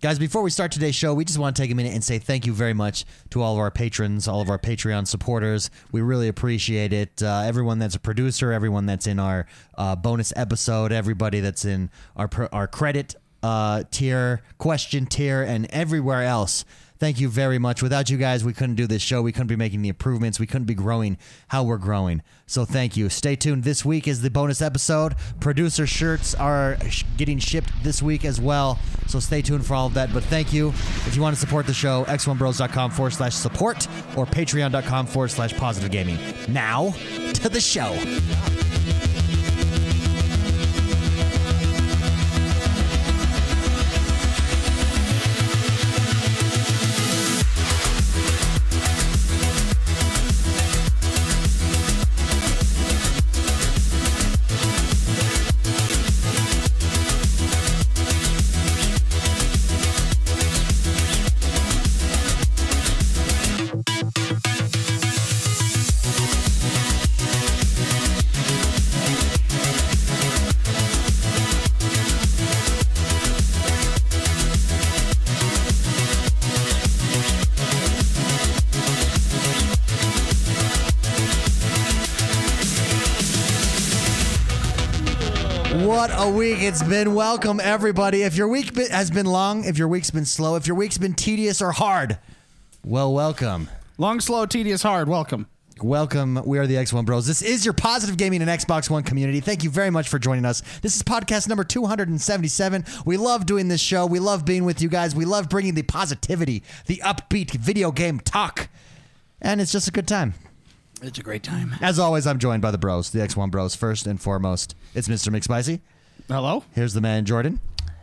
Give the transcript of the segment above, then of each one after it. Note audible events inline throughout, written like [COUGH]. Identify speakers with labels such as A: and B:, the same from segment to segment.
A: Guys, before we start today's show, we just want to take a minute and say thank you very much to all of our patrons, all of our Patreon supporters. We really appreciate it. Uh, everyone that's a producer, everyone that's in our uh, bonus episode, everybody that's in our pr- our credit uh, tier, question tier, and everywhere else. Thank you very much. Without you guys, we couldn't do this show. We couldn't be making the improvements. We couldn't be growing how we're growing. So thank you. Stay tuned. This week is the bonus episode. Producer shirts are sh- getting shipped this week as well. So stay tuned for all of that. But thank you. If you want to support the show, x1bros.com forward slash support or patreon.com forward slash positive gaming. Now to the show. What a week it's been. Welcome, everybody. If your week be- has been long, if your week's been slow, if your week's been tedious or hard, well, welcome.
B: Long, slow, tedious, hard. Welcome.
A: Welcome. We are the X1 Bros. This is your positive gaming and Xbox One community. Thank you very much for joining us. This is podcast number 277. We love doing this show. We love being with you guys. We love bringing the positivity, the upbeat video game talk. And it's just a good time.
B: It's a great time.
A: As always, I'm joined by the bros, the X1 Bros, first and foremost. It's Mr. McSpicy.
B: Hello.
A: Here's the man, Jordan.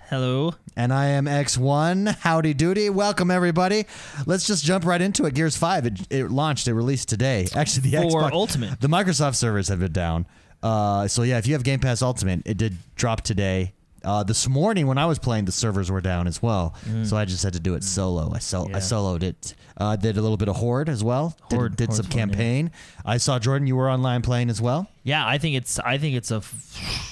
C: Hello.
A: And I am X1. Howdy doody. Welcome, everybody. Let's just jump right into it. Gears 5, it, it launched, it released today. Actually, the
C: For
A: Xbox
C: Ultimate.
A: The Microsoft servers have been down. Uh, so, yeah, if you have Game Pass Ultimate, it did drop today. Uh, this morning when I was playing, the servers were down as well, so I just had to do it solo. I sol- I
C: Mm. Yeah.
A: soloed it. Uh, did a little bit of horde as well. Did-
C: Horde-
A: did some
C: Horde's fun, yeah.
A: campaign. I saw Jordan. You were online playing as well.
C: Yeah, I think it's I think it's a f-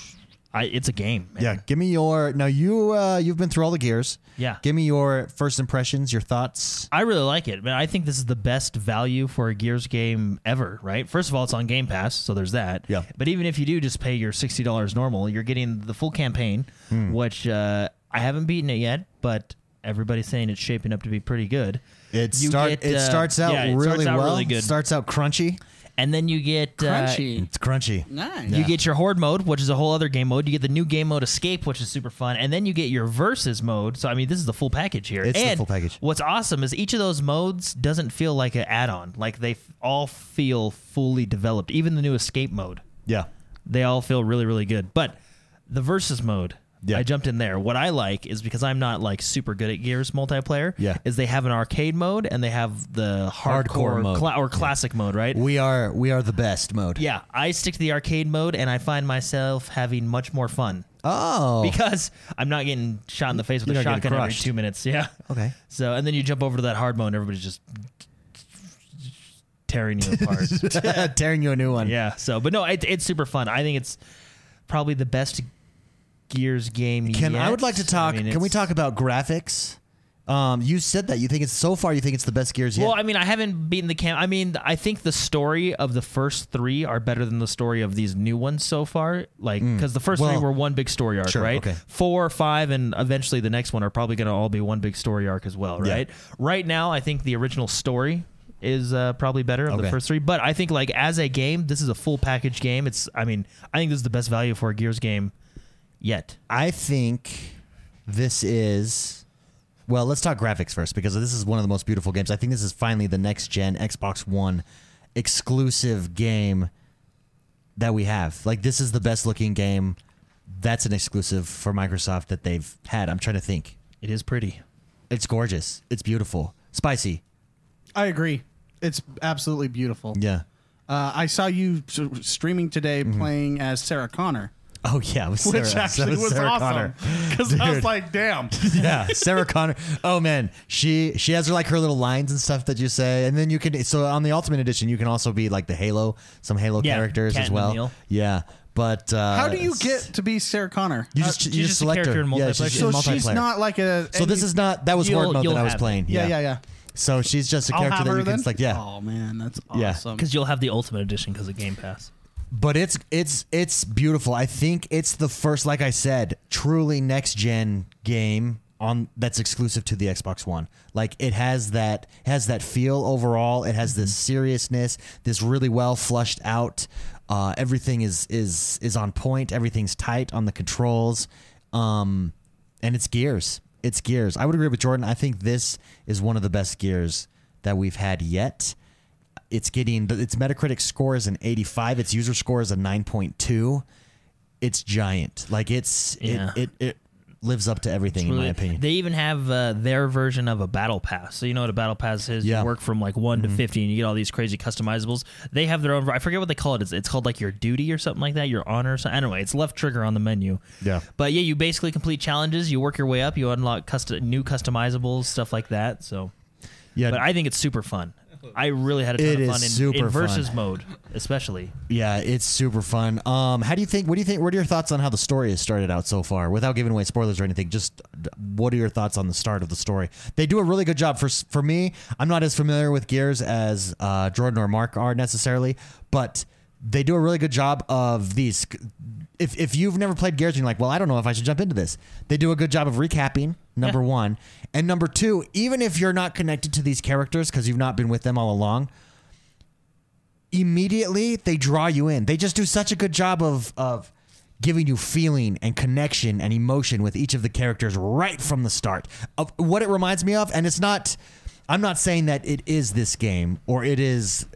C: I it's a game. man.
A: Yeah, give me your now. You uh, you've been through all the gears.
C: Yeah.
A: give me your first impressions, your thoughts.
C: I really like it. Man, I think this is the best value for a Gears game ever, right? First of all, it's on Game Pass, so there's that.
A: Yeah.
C: But even if you do just pay your $60 normal, you're getting the full campaign,
A: Hmm.
C: which uh, I haven't beaten it yet, but everybody's saying it's shaping up to be pretty good.
A: It
C: You
A: start
C: get,
A: it
C: uh,
A: starts out
C: yeah, it
A: really
C: starts out
A: well.
C: really good.
A: Starts out crunchy.
C: and then you get uh,
B: Crunchy.
A: It's crunchy.
B: nice.
C: You get your horde mode, which is a whole other game mode. You get the new game mode escape, which is super fun, and then you get your versus mode. So I mean, this is the full package here.
A: It's the
C: And
A: full package.
C: What's awesome is each of those modes doesn't feel like an add-on. Like they f- all feel fully developed. Even the new escape mode,
A: Yeah,
C: they all feel really really good. But the versus mode.
A: Yeah.
C: I jumped in there. What I like is because I'm not like super good at Gears multiplayer.
A: Yeah.
C: is they have an arcade mode and they have the
A: Hardcore
C: hardcore,
A: mode.
C: cla- or classic mode, right?
A: we are we are the best mode.
C: Yeah, I stick to the arcade mode, and I find myself having much more fun
A: Oh,
C: because I'm not getting shot in the face with
A: You're
C: a
A: not getting
C: shotgun every
A: crushed.
C: two minutes. Yeah.
A: okay.
C: So, and then you jump over to that hard mode, and everybody's just tearing
A: [LAUGHS]
C: you apart.
A: Tearing you a new one.
C: yeah. So, but no, it, it's super fun. I think it's probably the best Gears game.
A: Can I
C: yet.
A: would like to talk?
C: I mean,
A: can we
C: it's-
A: talk about graphics? Um, you said that you think it's so far. You think it's the best gears yet.
C: Well, I mean, I haven't beaten the cam. I mean, I think the story of the first three are better than the story of these new ones so far. Like, because the first
A: Mm. Well-
C: three were one big story arc,
A: Sure,
C: right?
A: okay.
C: Four, five, and eventually the next one are probably going to all be one big story arc as well,
A: Yeah.
C: right? Right now, I think the original story is uh, probably better of
A: Okay.
C: the first three, but I think like as a game, this is a full package game. It's, I mean, I think this is the best value for a Gears game yet.
A: I think this is. Well, let's talk graphics first because this is one of the most beautiful games. I think this is finally the next gen Xbox One exclusive game that we have. Like, this is the best looking game that's an exclusive for Microsoft that they've had. I'm trying to think.
C: It is pretty.
A: It's gorgeous. It's beautiful. Spicy.
B: I agree. It's absolutely beautiful.
A: Yeah.
B: Uh, I saw you s- streaming today playing as Sarah Connor,
A: Oh, yeah. it was
B: which
A: Sarah-
B: actually
A: it
B: was
A: Sarah
B: awesome.
A: Connor.
B: Because I
A: Dude.
B: was like, damn.
A: yeah, Sarah Connor. Oh man, she she has her like her little lines and stuff that you say, and then you can. So on the Ultimate Edition, you can also be like the Halo, some Halo
C: Yeah,
A: characters
C: Cat
A: as
C: and
A: well.
C: Emil.
A: Yeah, But uh,
B: How do you
A: it's-
B: get to be Sarah Connor?
A: You
D: Uh,
A: just
D: she's
A: you
D: just
A: just
D: a
A: select her.
D: character in
A: Yeah, she's
D: multiplayer.
B: so
A: in
B: she's
A: multiplayer.
B: not like a.
A: So this
B: any-
A: is not that was word
D: You'll-
A: mode
D: you'll
A: that I was
D: have it.
A: playing.
B: Yeah, yeah, yeah.
A: So she's just a
B: I'll
A: character
B: have
A: that
B: her
A: you
B: then.
A: can select. Yeah.
B: Oh man, that's
A: Yeah.
B: awesome.
C: because you'll have the Ultimate Edition because of Game Pass.
A: But it's it's it's beautiful. I think it's the first, like I said, truly next gen game on that's exclusive to the Xbox One. Like it has that has that feel overall. It has this seriousness, this really well flushed out. Uh, everything is is is on point. Everything's tight on the controls, um, and it's gears. It's gears. I would agree with Jordan. I think this is one of the best gears that we've had yet it's getting the- its Metacritic score is an 85, its user score is a 9.2. It's giant. Like it's
D: Yeah.
A: it, it it lives up to everything in my
D: Really-
A: opinion.
C: They even have uh, their version of a battle pass. So you know what a battle pass is?
A: Yeah. Mm-hmm.
C: You work from like one to fifty, and you get all these crazy customizables. They have their own. I forget what they call it. It's, it's called like your duty or something like that. Your honor. So anyway, it's left trigger on the menu.
A: Yeah.
C: But yeah, you basically complete challenges. You work your way up. You unlock custom new customizables, stuff like that. So,
A: yeah.
C: but I think it's super fun. I really had a ton
A: It
C: of
A: is
C: fun in,
A: super
C: in
A: fun.
C: versus mode, especially.
A: yeah, it's super fun. Um how do you think what do you think what are your thoughts on how the story has started out so far without giving away spoilers or anything? Just d- what are your thoughts on the start of the story? They do a really good job for s- for me. I'm not as familiar with Gears as uh, Jordan or Mark are necessarily, but they do a really good job of these if, if you've never played Gears and you're like, well, I don't know if I should jump into this, they do a good job of recapping, number
C: Yeah.
A: one. And number two, even if you're not connected to these characters because you've not been with them all along, immediately they draw you in. They just do such a good job of, of giving you feeling and connection and emotion with each of the characters right from the start of what it reminds me of. And it's not, I'm not saying that it is this game or it is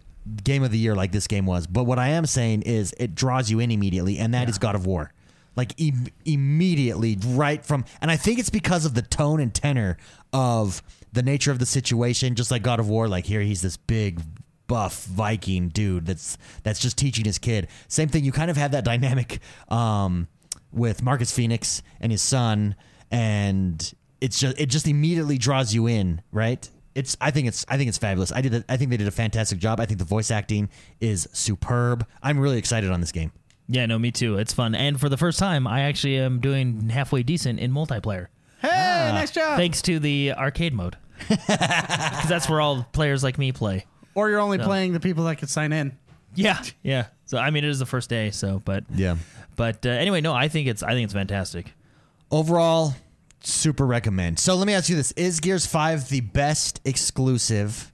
A: game of the year like this game was. But what I am saying is it draws you in immediately, and that is God of War. Like im immediately, right from, and I think it's because of the tone and tenor of the nature of the situation. Just like God of War, like here he's this big buff Viking dude that's that's just teaching his kid. Same thing. You kind of have that dynamic um, with Marcus Phoenix and his son, and it's just it just immediately draws you in, right? It's I think it's I think it's fabulous. I did a, I think they did a fantastic job. I think the voice acting is superb. I'm really excited on this game.
C: Yeah, no, me too. It's fun, and for the first time, I actually am doing halfway decent in multiplayer.
B: hey,
A: Ah.
B: nice [LAUGHS] job.
C: thanks to the arcade mode. 'Cause that's where all players like me play.
B: or you're only playing the people that could sign in.
C: Yeah, yeah. So I mean, it is the first day, so but
A: Yeah.
C: But uh, anyway, no, I think it's I think it's fantastic.
A: Overall, super recommend. So let me ask you this: Is Gears Five the best exclusive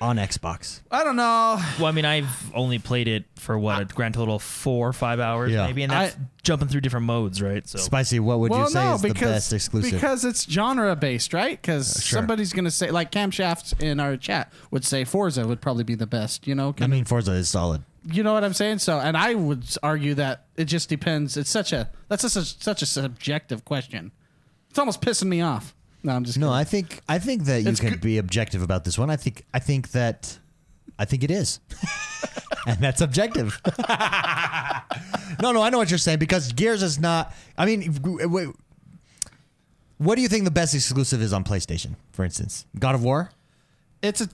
A: on Xbox?
B: I don't know.
C: Well, I mean, I've only played it for what a grand total of four or five hours,
A: Yeah.
C: maybe, and that's
B: I-
C: jumping through different modes, right? So
A: Spicy, what would you
B: Well,
A: say
B: no,
A: is
B: because
A: the best exclusive? Uh,
B: because it's genre based, right? Because
A: sure.
B: somebody's gonna say like Camshaft in our chat would say Forza would probably be the best. You know,
A: I mean, Forza is solid.
B: you know what I'm saying. So, and I would argue that it just depends. It's such a that's a, such such a subjective question. It's almost pissing me off. No, I'm just
A: No,
B: Kidding.
A: I think I think that you
B: It's
A: can
B: good-
A: be objective about this one. I think I think that I think it
B: [LAUGHS]
A: is. and that's objective. no, no, I know what you're saying because Gears is not I mean w- w- what do you think the best exclusive is on PlayStation, for instance? God of War?
B: it's a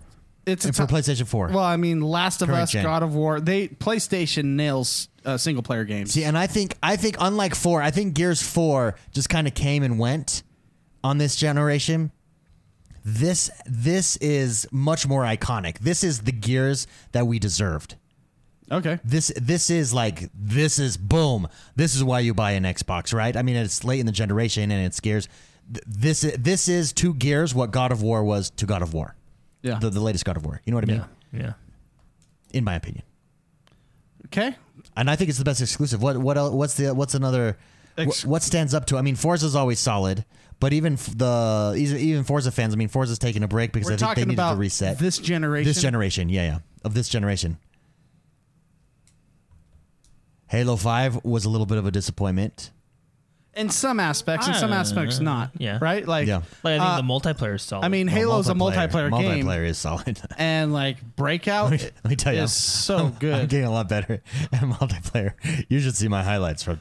B: it's a
A: And for
B: t-
A: PlayStation 4.
B: well, I mean, Last of
A: Current
B: Us,
A: gen.
B: God of War. They PlayStation nails uh, single player games.
A: See, and I think I think unlike 4, I think Gears 4 just kind of came and went on this generation. This this is much more iconic. This is the Gears that we deserved.
B: Okay,
A: this this is like this is boom. This is why you buy an Xbox, right? I mean, it's late in the generation and it's Gears. Th- This is this is to Gears what God of War was to God of War,
B: yeah.
A: the, the latest God of War. You know what I mean?
C: yeah, yeah.
A: In my opinion,
B: okay,
A: and I think it's the best exclusive. What what el what's the what's another?
B: Ex-
A: wh- what stands up to? I mean, Forza's always solid, but even f- the even Forza fans, I mean, Forza's taking a break because
B: we're
A: I think they
B: talking
A: needed
B: about
A: to reset
B: this generation.
A: This generation, yeah, yeah, of this generation. Halo Five was a little bit of a disappointment.
B: in some aspects, in some
C: Uh,
B: aspects, not.
C: yeah.
B: Right? Like,
A: Yeah.
C: Like I think
B: uh,
C: the multiplayer is solid.
B: I mean,
A: Well,
B: Halo's a multiplayer, game,
A: Multiplayer is solid. [LAUGHS]
B: and like Breakout
A: let, me, let me tell you,
B: is
A: [LAUGHS]
B: so
A: I'm
B: good.
A: getting a lot better [LAUGHS] at multiplayer. You should see my highlights from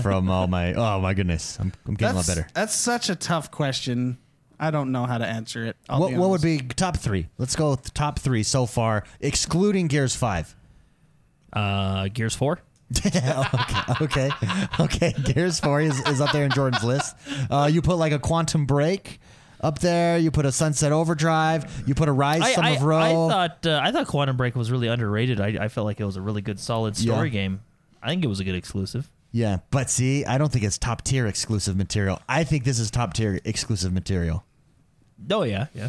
A: from all my. Oh my goodness, I'm, I'm getting
B: that's,
A: a lot better.
B: that's such a tough question. I don't know how to answer it. I'll
A: What,
B: be
A: what would
B: honest.
A: be top three? Let's go with top three so far, excluding Gears Five.
C: uh, Gears Four.
A: [LAUGHS] okay, okay. Gears Four is, is up there in Jordan's list. Uh, you put like a Quantum Break up there. You put a Sunset Overdrive. You put a Rise
C: I,
A: Some
C: I,
A: of Row.
C: I thought uh, I thought Quantum Break was really underrated. I, I felt like it was a really good, solid story
A: Yeah.
C: game. I think it was a good exclusive.
A: yeah, but see, I don't think it's top tier exclusive material. I think this is top tier exclusive material.
C: Oh yeah, yeah.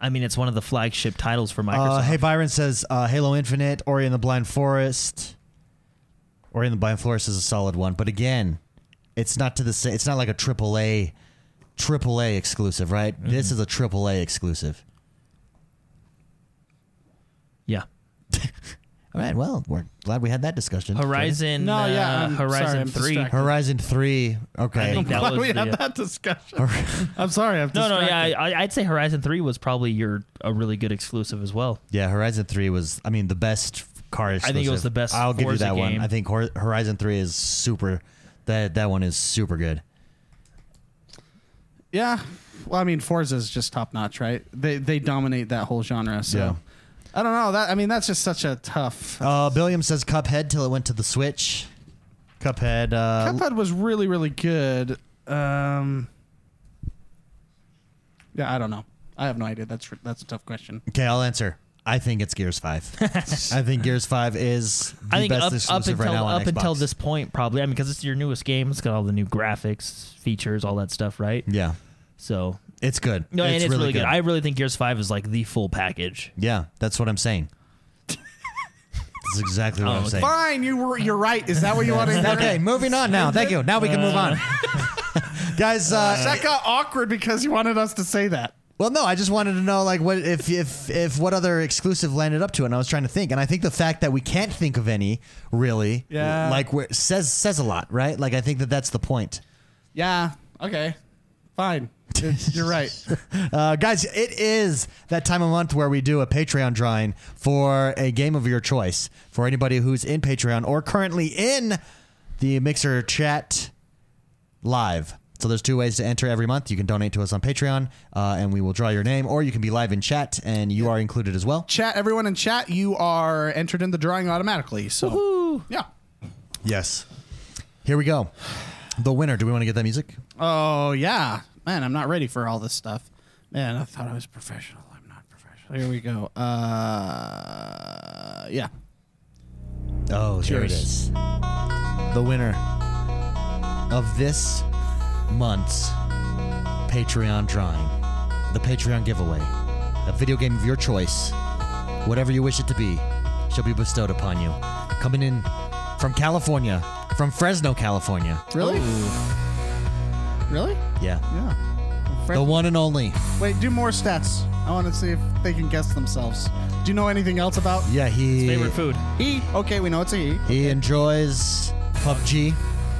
C: I mean, it's one of the flagship titles for Microsoft.
A: Uh, hey, Byron says uh, Halo Infinite, Ori and the Blind Forest. Ori and the Blind Forest is a solid one, but again, it's not to the sa- it's not like a triple A, triple A exclusive, right?
C: Mm-hmm.
A: This is a triple A exclusive.
C: yeah,
A: All right, well, we're glad we had that discussion.
C: Horizon.
B: No, yeah,
C: uh,
B: I'm
C: Horizon
B: sorry, I'm
C: Three.
B: distracted.
A: Horizon Three.
C: I
A: Okay,
C: think
B: [LAUGHS]
C: that
B: Glad
C: was
B: we
C: the-
B: had that discussion. [LAUGHS] I'm sorry. I'm
C: No, no, yeah,
B: distracted.
C: I, I'd say Horizon Three was probably your a really good exclusive as well.
A: yeah, Horizon Three was. I mean, the best car exclusive.
C: think it was the best
A: I'll give you
C: Forza
A: that one.
C: game.
A: I think Hor- Horizon Three is super. That that one is super good.
B: Yeah. Well, I mean, Forza is just top notch, right? They they dominate that whole genre. So
A: Yeah.
B: I don't know. That I mean, that's just such a tough.
A: Uh, Billiam says Cuphead till it went to the Switch. Cuphead. Uh,
B: Cuphead was really really good. Um, yeah, I don't know. I have no idea. That's that's a tough question.
A: Okay, I'll answer. I think it's Gears
C: [LAUGHS]
A: Five. I think Gears Five is the
C: I think
A: best
C: up, up
A: exclusive
C: until
A: right now on
C: up until
A: Xbox.
C: this point, probably. I mean, because it's your newest game, it's got all the new graphics, features, all that stuff, right?
A: Yeah,
C: So
A: Mm. it's good.
C: no, and it's really, good. I really think Gears Five is like the full package.
A: yeah, that's what I'm
C: [LAUGHS]
A: saying. that's exactly what
C: Oh,
A: I'm saying.
B: Fine, you were you're right. Is that what you want to? [LAUGHS]
A: [LAUGHS] Okay, moving on now. Thank you. Now we can move
C: [LAUGHS]
A: on, guys. Uh,
B: That got awkward because you wanted us to say that.
A: well, no, I just wanted to know like what if if if what other exclusive landed up to, it, and I was trying to think, and I think the fact that we can't think of any really,
B: Yeah.
A: like we're, says says a lot, right? Like I think that that's the point.
B: Yeah. Okay. Fine. You're [LAUGHS] right.
A: Uh, guys, it is that time of month where we do a Patreon drawing for a game of your choice for anybody who's in Patreon or currently in the Mixer chat live. So there's two ways to enter every month. You can donate to us on Patreon, uh, and we will draw your name, or you can be live in chat, and you are included as well.
B: Chat, everyone in chat, you are entered in the drawing automatically. So yeah.
A: Yes. Here we go. The winner. Do we want to get that music?
B: Oh yeah, man, I'm not ready for all this stuff. Man, I thought I was professional. I'm not professional. Here we go. Uh, yeah.
A: Oh, there it
B: Cheers.
A: is. The winner of this month's Patreon drawing, the Patreon giveaway, a video game of your choice, whatever you wish it to be, shall be bestowed upon you. Coming in from California, from Fresno, California.
B: Really? Really?
A: Yeah.
B: Yeah.
A: The one and only.
B: Wait, do more stats. I want to see if they can guess themselves. Do you know anything else about
A: Yeah, he
C: Favorite food.
B: he? Okay, we know it's a he.
A: he enjoys PUBG.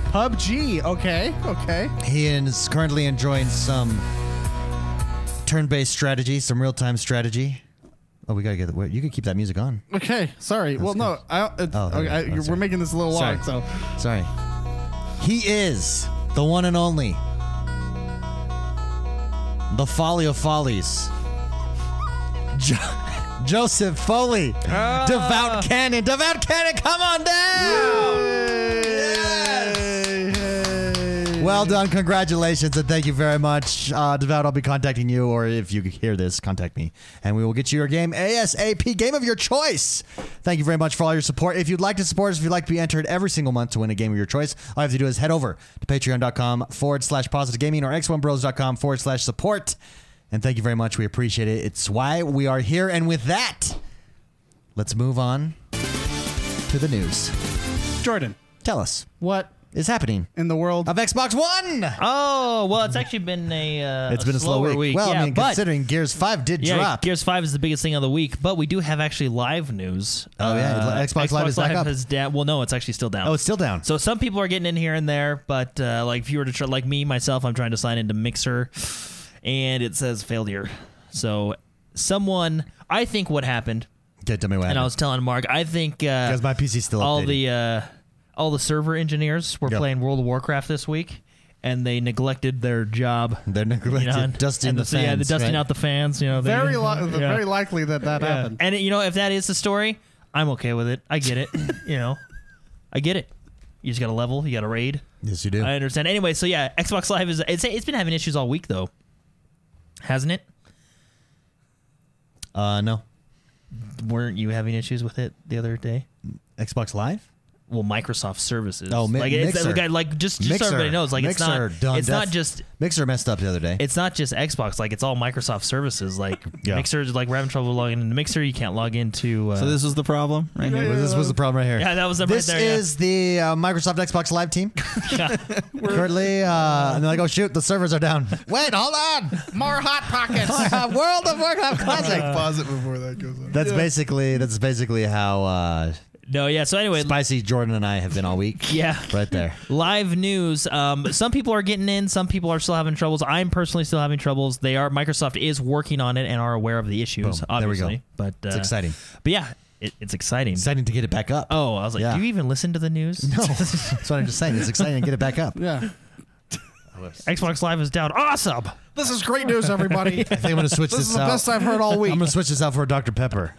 B: PUBG. Okay. Okay.
A: He is currently enjoying some turn-based strategy, some real-time strategy. Oh, we gotta get. Wait, you can keep that music on.
B: Okay. Sorry. well, no. I, it,
A: Oh, there
B: okay,
A: we go.
B: I,
A: Oh,
B: you're- we're
A: sorry.
B: making this a little
A: Sorry.
B: long, so
A: Sorry. He is the one and only, the folly of follies, [LAUGHS] jo- Joseph Foley, devout cannon, devout cannon. Come on down. Yes. Well done, congratulations, and thank you very much, uh, Devout. I'll be contacting you, or if you hear this, contact me, and we will get you your game ASAP, game of your choice. Thank you very much for all your support. If you'd like to support us, if you'd like to be entered every single month to win a game of your choice, all you have to do is head over to patreon.com forward slash positive gaming or x1bros.com forward slash support. And thank you very much. We appreciate it. It's why we are here. And with that, let's move on to the news.
B: Jordan,
A: Tell us,
B: what
A: what is happening
B: in the world?
A: of Xbox One?
C: Oh well, it's actually been a uh,
A: It's been a slow
C: slower
A: week. Well,
C: yeah,
A: I mean,
C: but
A: considering Gears 5 did
C: yeah,
A: drop.
C: Gears Five is the biggest thing of the week, but we do have actually live news. Uh,
A: Oh, yeah, Xbox Live is back up.
C: is da- well, no, it's actually still down.
A: oh, it's still down.
C: So some people are getting in here and there, but uh, like if you were to try, like me myself, I'm trying to sign into Mixer, and it says failure. So someone, I think what happened,
A: okay, tell me what
C: and I
A: happened.
C: was telling Mark, I think uh,
A: Because my PC's still
C: all
A: updating.
C: the uh, all the server engineers were
A: Yep.
C: playing World of Warcraft this week, and they neglected their job.
A: They're neglected.
C: uh, You know, and-
A: dusting
C: and
A: the,
C: so,
A: fans.
C: yeah, the dusting
A: right?
C: out the fans. You know, they-
B: very, li-
C: yeah.
B: very likely that that
C: Yeah.
B: happened.
A: [LAUGHS]
C: And you know, if that is the story, I'm okay with it. I get it. you know, I get it. You just got to level. You got to raid.
A: Yes, you do.
C: I understand. Anyway, so yeah, Xbox Live is it's, it's been having issues all week though, hasn't it?
A: uh, no.
C: Weren't you having issues with it the other day?
A: Xbox Live?
C: Well, Microsoft services.
A: Oh, mi-
C: like, it's-
A: Mixer.
C: like, like, just, just so everybody knows, like
A: Mixer
C: it's not
A: done
C: it's
A: def-
C: not just
A: Mixer messed up the other day.
C: it's not just Xbox. Like it's all Microsoft services. Like
A: [LAUGHS] Yeah.
C: Mixer, like we're having trouble logging into Mixer. You can't log into. Uh,
E: So this was the problem right here.
A: Well, this was the problem right here.
C: Yeah, that was the
A: This
C: right there, yeah.
A: is the uh, Microsoft Xbox Live
C: [LAUGHS]
A: team. [LAUGHS] Currently, uh, and they're like, "Oh shoot, the servers are
C: [LAUGHS]
A: down." Wait, hold on.
B: More hot pockets.
A: [LAUGHS] World of Warcraft Classic.
C: Uh,
F: Pause it before that goes on.
A: That's basically that's basically how uh,
C: no, yeah. So anyway,
A: spicy Jordan and I have been all week.
C: yeah.
A: right there.
C: Live news. Um, some people are getting in. Some people are still having troubles. I'm personally still having troubles. They are. Microsoft is working on it and are aware of the issues.
A: Boom. There we go.
C: Obviously, but uh,
A: It's exciting.
C: But yeah, it, it's exciting.
A: Exciting to get it back up.
C: Oh, I was like,
A: Yeah.
C: do you even listen to the news?
A: [LAUGHS] no, that's what I'm just saying. It's exciting to get it back up.
B: yeah.
C: Xbox Live is down. Awesome.
B: This is great
A: [LAUGHS]
B: news, everybody.
A: I think I'm gonna switch
B: This
A: this,
B: is the
A: out.
B: best I've heard all week.
A: I'm gonna switch this out for a Dr Pepper.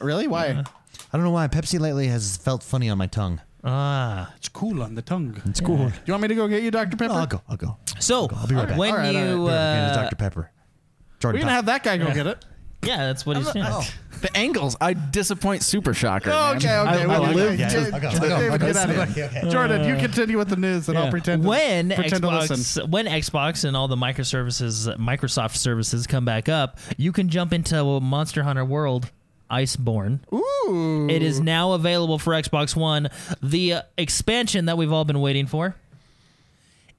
B: Really?
A: Uh-huh.
B: Why?
A: I don't know why Pepsi lately has felt funny on my tongue.
C: Ah.
B: It's cool on the tongue.
A: It's cool.
B: Do you want me to go get you Dr. Pepper?
A: Oh, I'll go. I'll go.
C: So
A: I'll be right back.
C: when
B: All right, all right.
C: you,
A: And
C: uh,
A: Dr Pepper.
B: We're
A: Jordan.
B: going to have that guy go get it.
C: yeah, that's what he's doing.
B: oh,
E: The angles. I disappoint Super Shocker. man.
B: Okay, okay. we
A: I'll
B: live.
A: go.
B: David,
A: I'll go. I'll go. I'll
B: David,
A: go.
B: get out of
A: Okay,
B: here. Jordan, you continue with the news and I'll
C: Yeah.
B: pretend to
C: when
B: pretend to listen.
C: Xbox when Xbox and all the microservices Microsoft services come back up, you can jump into Monster Hunter World Iceborne.
B: Ooh.
C: It is now available for Xbox One. The uh, expansion that we've all been waiting for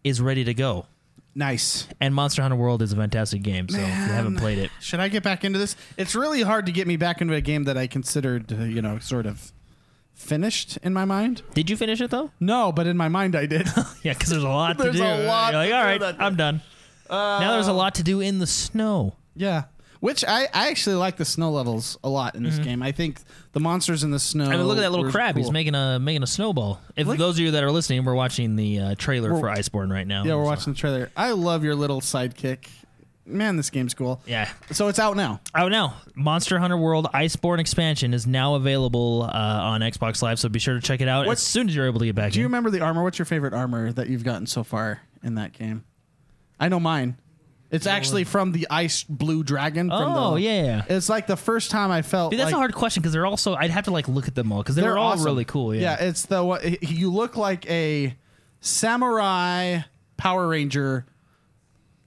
C: is ready to go.
B: nice.
C: And Monster Hunter World is a fantastic game, so if you haven't played it,
B: Should I get back into this? It's really hard to get me back into a game that I considered, uh, you know, sort of finished in my mind.
C: did you finish it though?
B: No, but in my mind I did.
C: [LAUGHS] Yeah, because there's a lot to
B: There's
C: do.
B: a lot
C: You're like,
B: to
C: all
B: do
C: right,
B: that
C: I'm done. now there's a lot to do in the snow.
B: yeah. Which I, I actually like the snow levels a lot in this game. I think the monsters in the snow.
C: I mean, Mm-hmm. look at that little
B: were
C: crab. He's
B: Oh, cool.
C: making a making a snowball. If those of you that are listening, we're watching the uh, trailer for Iceborne right now.
B: Yeah, we're
C: So-
B: watching the trailer. I love your little sidekick. Man, this game's cool.
C: Yeah.
B: So it's out now.
C: Oh no! Monster Hunter World Iceborne expansion is now available uh, on Xbox Live, so be sure to check it out
B: What-
C: as soon as you're able to get back.
B: Do you
C: in.
B: remember the armor? What's your favorite armor that you've gotten so far in that game? I know mine. It's actually from the ice blue dragon. From
C: Oh,
B: the,
C: yeah, yeah.
B: It's like the first time I felt.
C: Dude, that's
B: like,
C: a hard question because they're all so. I'd have to like look at them all because they
B: They're
C: were all
B: awesome.
C: really cool. Yeah.
B: yeah. It's the one- you look like a samurai Power Ranger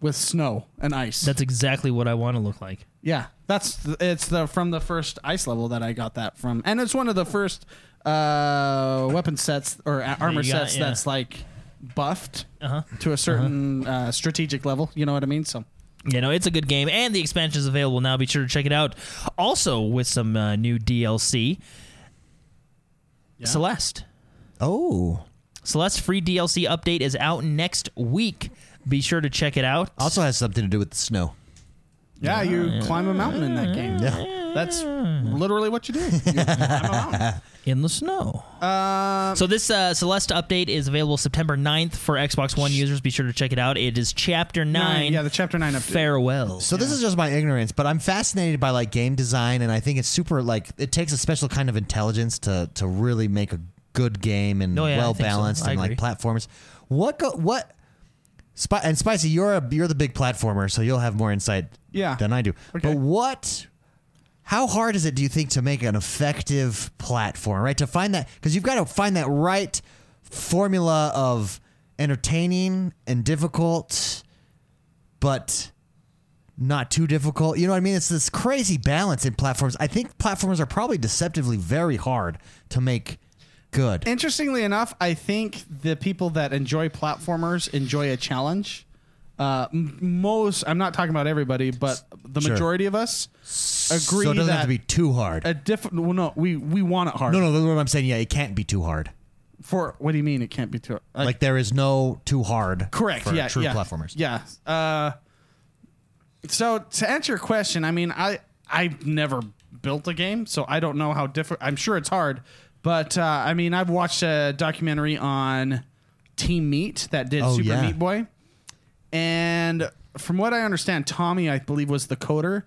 B: with snow and ice.
C: that's exactly what I want to look like.
B: Yeah, that's th- it's the from the first ice level that I got that from, and it's one of the first uh, weapon sets or a- armor
C: you got,
B: sets
C: yeah.
B: that's like buffed
C: Uh-huh.
B: to a certain uh strategic level. You know what I mean? So
C: You know, it's a good game, and the expansion is available now. Be sure to check it out. Also, with some uh, new DLC, Celeste.
A: oh.
C: Celeste free DLC update is out next week. Be sure to check it out.
A: Also has something to do with the snow.
B: yeah, you climb a mountain in that game.
A: Yeah.
B: That's literally what
C: [LAUGHS]
B: you do. You climb a mountain.
C: in the snow.
B: Um,
C: So this uh, Celeste update is available September 9th for Xbox One users. Be sure to check it out. It is Chapter Nine.
B: Yeah, the chapter nine update.
C: farewell.
A: So this is just my ignorance, but I'm fascinated by like game design, and I think it's super like it takes a special kind of intelligence to to really make a good game and
C: No, yeah, I
A: well
C: think so.
A: balanced
C: I
A: and like
C: agree.
A: platforms. What go what? Spi- and spicy, you're a you're the big platformer, so you'll have more insight
B: Yeah.
A: than I do.
B: Okay.
A: But what? How hard is it? Do you think to make an effective platform, right? To find that because you've got to find that right formula of entertaining and difficult, but not too difficult. You know what I mean? It's this crazy balance in platforms. I think platforms are probably deceptively very hard to make good.
B: interestingly enough, I think the people that enjoy platformers enjoy a challenge. Uh, m- most, I'm not talking about everybody, but the
A: Sure.
B: majority of us agree
A: so it doesn't
B: that
A: have to be too hard.
B: a different. Well, no, we we want it hard.
A: no, no, that's what I'm saying. Yeah, it can't be too hard.
B: For what do you mean? It can't be too. Like,
A: Like there is no too hard.
B: correct.
A: For
B: yeah.
A: True
B: yeah,
A: platformers.
B: Yeah. Uh, so to answer your question, I mean, I I've never built a game, so I don't know how different. I'm sure it's hard, but uh, I mean, I've watched a documentary on Team Meat that did
A: Oh,
B: Super
A: yeah.
B: Meat Boy, and from what I understand, Tommy, I believe, was the coder.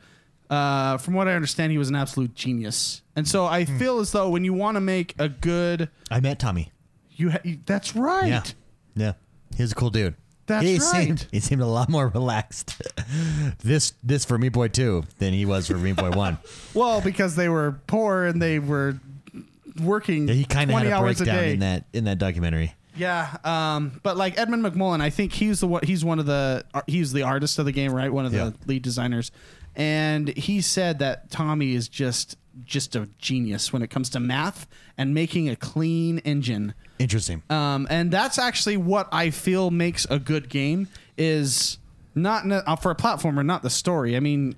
B: Uh, from what I understand,
A: Hmm.
B: he was an absolute genius, and so I feel as though when you want to make a good
A: I met Tommy.
B: You, ha- you that's right.
A: Yeah. Yeah. He's a cool dude.
B: That's
A: he Seemed,
B: right.
A: he seemed a lot more [LAUGHS] relaxed. this this for Me Boy 2 than he was for Me
B: [LAUGHS]
A: Boy 1.
B: Well, because they were poor and they were working
A: Yeah, he kind of
B: 20
A: had a
B: hours a
A: breakdown
B: day.
A: in that in that documentary.
B: Yeah, um, but like Edmund McMullen, I think he's the one- he's one of the uh, he's the artist of the game, right? One of
A: Yeah.
B: the lead designers, and he said that Tommy is just just a genius when it comes to math and making a clean engine.
A: Interesting.
B: Um, and that's actually what I feel makes a good game is not ne- uh, for a platformer, not the story. I mean,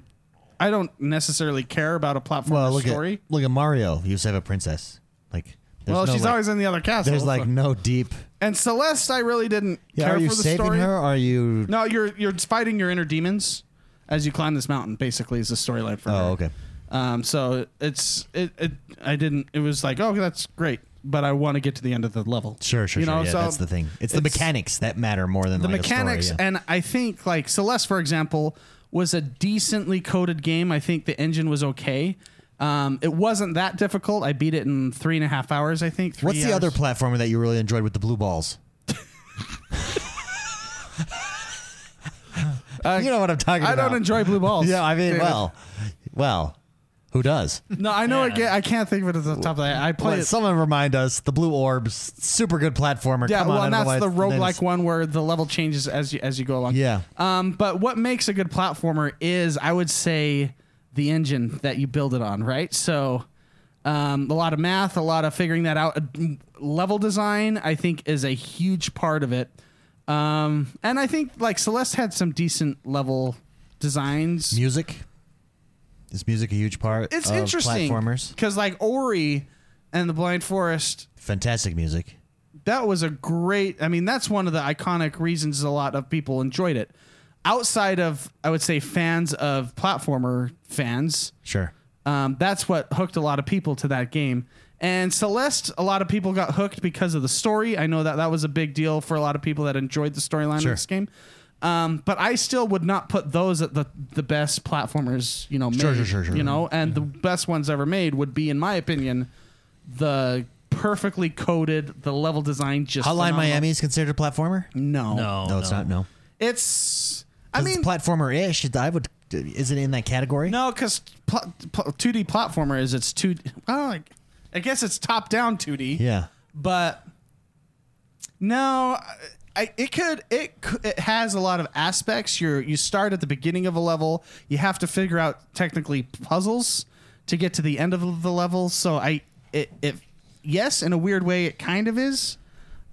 B: I don't necessarily care about a platformer
A: well, look
B: story.
A: at look at Mario. You used to have a princess. Like there's
B: well,
A: no,
B: she's
A: like,
B: always in the other castle.
A: there's
B: [LAUGHS]
A: like
B: so-
A: no deep.
B: and Celeste, I really didn't
A: Yeah,
B: care
A: are you
B: for the
A: saving
B: story.
A: her? Or are you?
B: No, you're you're fighting your inner demons as you climb this mountain. Basically, is the storyline for. her.
A: Oh, okay.
B: Um, so it's it, it I didn't. It was like, oh, that's great, but I want to get to the end of the level.
A: Sure, sure,
B: You know,
A: sure. Yeah,
B: so
A: that's the thing. It's, the
B: it's-
A: mechanics that matter more than
B: The
A: like, a story,
B: mechanics,
A: yeah.
B: and I think like Celeste, for example, was a decently coded game. I think the engine was okay. Um, it wasn't that difficult. I beat it in three and a half hours. I think. three
A: What's the
B: hours.
A: other platformer that you really enjoyed with the blue balls?
B: [LAUGHS]
A: you know what I'm talking
B: I
A: about.
B: don't
A: [LAUGHS]
B: enjoy blue balls.
A: Yeah, I mean,
B: Dude.
A: well, well, who does?
B: no, I know. it ga- I can't think of it at the top of the head. I played.
A: Well,
B: it-
A: someone remind us the blue orbs, super good platformer.
B: Yeah,
A: Come
B: well,
A: on,
B: and
A: I don't know
B: that's the
A: why it's-
B: roguelike one where the level changes as you as you go along.
A: Yeah.
B: Um, but what makes a good platformer is, I would say, the engine that you build it on, right? So, um, a lot of math, a lot of figuring that out. Uh, m- Level design, I think, is a huge part of it. Um, and I think like Celeste had some decent level designs.
A: Music. Is music a huge part?
B: it's
A: of
B: interesting
A: Platformers.
B: because like Ori and the Blind Forest,
A: Fantastic music.
B: that was a great i mean that's one of the iconic reasons a lot of people enjoyed it outside of i would say fans of platformer fans
A: Sure.
B: um, that's what hooked a lot of people to that game and celeste a lot of people got hooked because of the story i know that that was a big deal for a lot of people that enjoyed the storyline
A: Sure.
B: of this game um, but i still would not put those at the, the best platformers you know made,
A: Sure, sure, sure, sure. Mm-hmm.
B: you know and the best ones ever made would be in my opinion the perfectly coded the level design just
A: Hotline
B: phenomenal.
A: Miami is considered a platformer.
B: No.
C: No,
A: no, it's not. No.
B: It's. I
A: 'Cause
B: mean,
A: it's platformer-ish. I would. Is it in that category?
B: no, because pl- pl- 2D platformer is it's 2 Well, I, I guess it's top down 2D.
A: Yeah.
B: But no, I- I, it could it c- it has a lot of aspects. You are you start at the beginning of a level. You have to figure out technically puzzles to get to the end of the level. So I it it yes, in a weird way, it kind of is.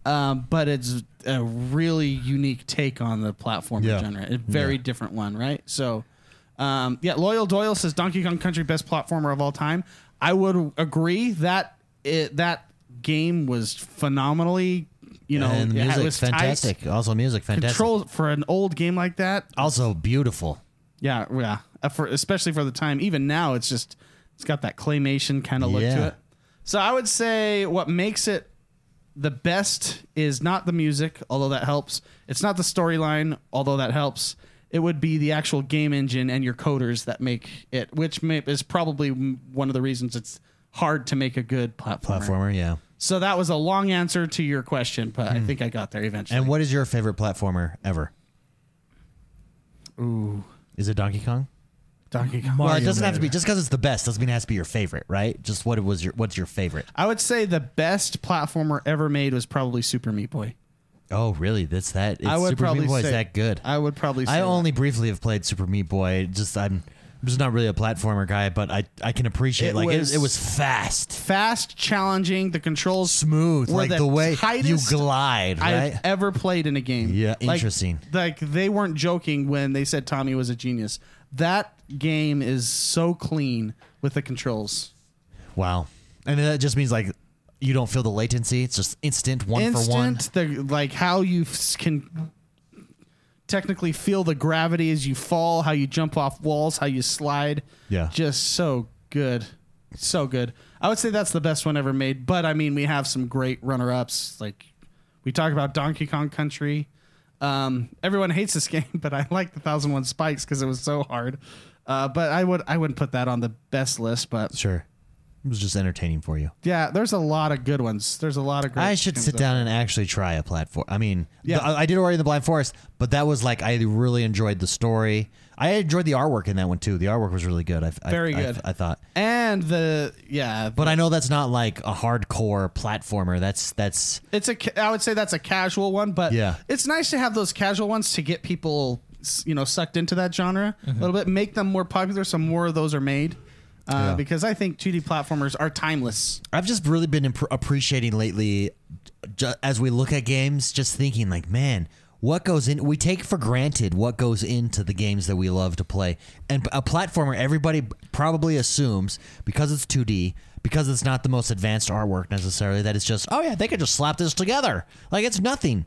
B: Um, but it's a really unique take on the platformer
A: Yeah.
B: genre. A very different one, right? So, um, yeah, Loyal Doyle says Donkey Kong Country best platformer of all time. I would agree that it, that game was phenomenally, you know,
A: and the
B: it
A: music
B: was tight.
A: fantastic. Also, music fantastic.
B: Control for an old game like that,
A: Also beautiful.
B: yeah, yeah. Uh, for especially for the time, even now, it's just it's got that claymation kind of look
A: Yeah.
B: to it. So I would say what makes it the best is not the music, although that helps. It's not the storyline, although that helps. It would be the actual game engine and your coders that make it, which may, is probably m- one of the reasons it's hard to make a good platformer.
A: Platformer, yeah.
B: So that was a long answer to your question, but I think I got there eventually.
A: Hmm. And what is your favorite platformer ever?
B: Ooh,
A: Is it Donkey Kong?
B: Donkey Kong.
A: well, it doesn't have to be just because it's the best doesn't mean it has to be your favorite, right? Just what it was your what's your favorite?
B: I would say the best platformer ever made was probably Super Meat Boy.
A: Oh, really? That's that. It's
B: I would
A: Super
B: probably
A: Meat Boy
B: say
A: is that good.
B: I would probably. Say
A: I
B: that.
A: only briefly have played Super Meat Boy. Just I'm, I'm just not really a platformer guy, but I I can appreciate
B: It
A: like it-
B: was-
A: it, was fast,
B: fast, challenging. The controls
A: smooth,
B: were
A: like
B: the
A: the, way you
B: tightest
A: glide, right?
B: I've ever played in a game.
A: Yeah,
B: Like-
A: interesting.
B: Like they weren't joking when they said Tommy was a genius. That game is so clean with the controls.
A: wow, and that just means like you don't feel the latency. It's just instant, one for one.
B: Instant, the like how you f- can technically feel the gravity as you fall, how you jump off walls, how you slide.
A: Yeah.
B: just so good, so good. I would say that's the best one ever made. But I mean, we have some great runner-ups. Like we talk about Donkey Kong Country. Um, everyone hates this [LAUGHS] game, but I like the Thousand One Spikes because it was so hard. Uh, but I would I wouldn't put that on the best list, but
A: Sure. It was just entertaining for you.
B: Yeah, there's a lot of good ones. There's a lot of great.
A: I should
B: games
A: sit
B: out
A: down and actually try a platform. I mean,
B: Yeah.
A: yeah. I I did already in the Blind Forest, but that was like I really enjoyed the story. I enjoyed the artwork in that one too. The artwork was really good. I, I-
B: Very
A: I-
B: good.
A: I, thought,
B: there. And the yeah,
A: but I know that's not like a hardcore platformer. That's that's
B: it's a ca- I would say that's a casual one, but
A: Yeah.
B: it's nice to have those casual ones to get people s- you know sucked into that genre a little bit, make them more popular. So more of those are made uh,
A: Yeah.
B: because I think 2D platformers are timeless.
A: I've just really been imp- appreciating lately, ju- as we look at games, just thinking like, man, what goes in? We take for granted what goes into the games that we love to play, and a platformer everybody probably assumes because it's 2D, because it's not the most advanced artwork necessarily, that it's just, oh yeah, they could just slap this together, like it's nothing.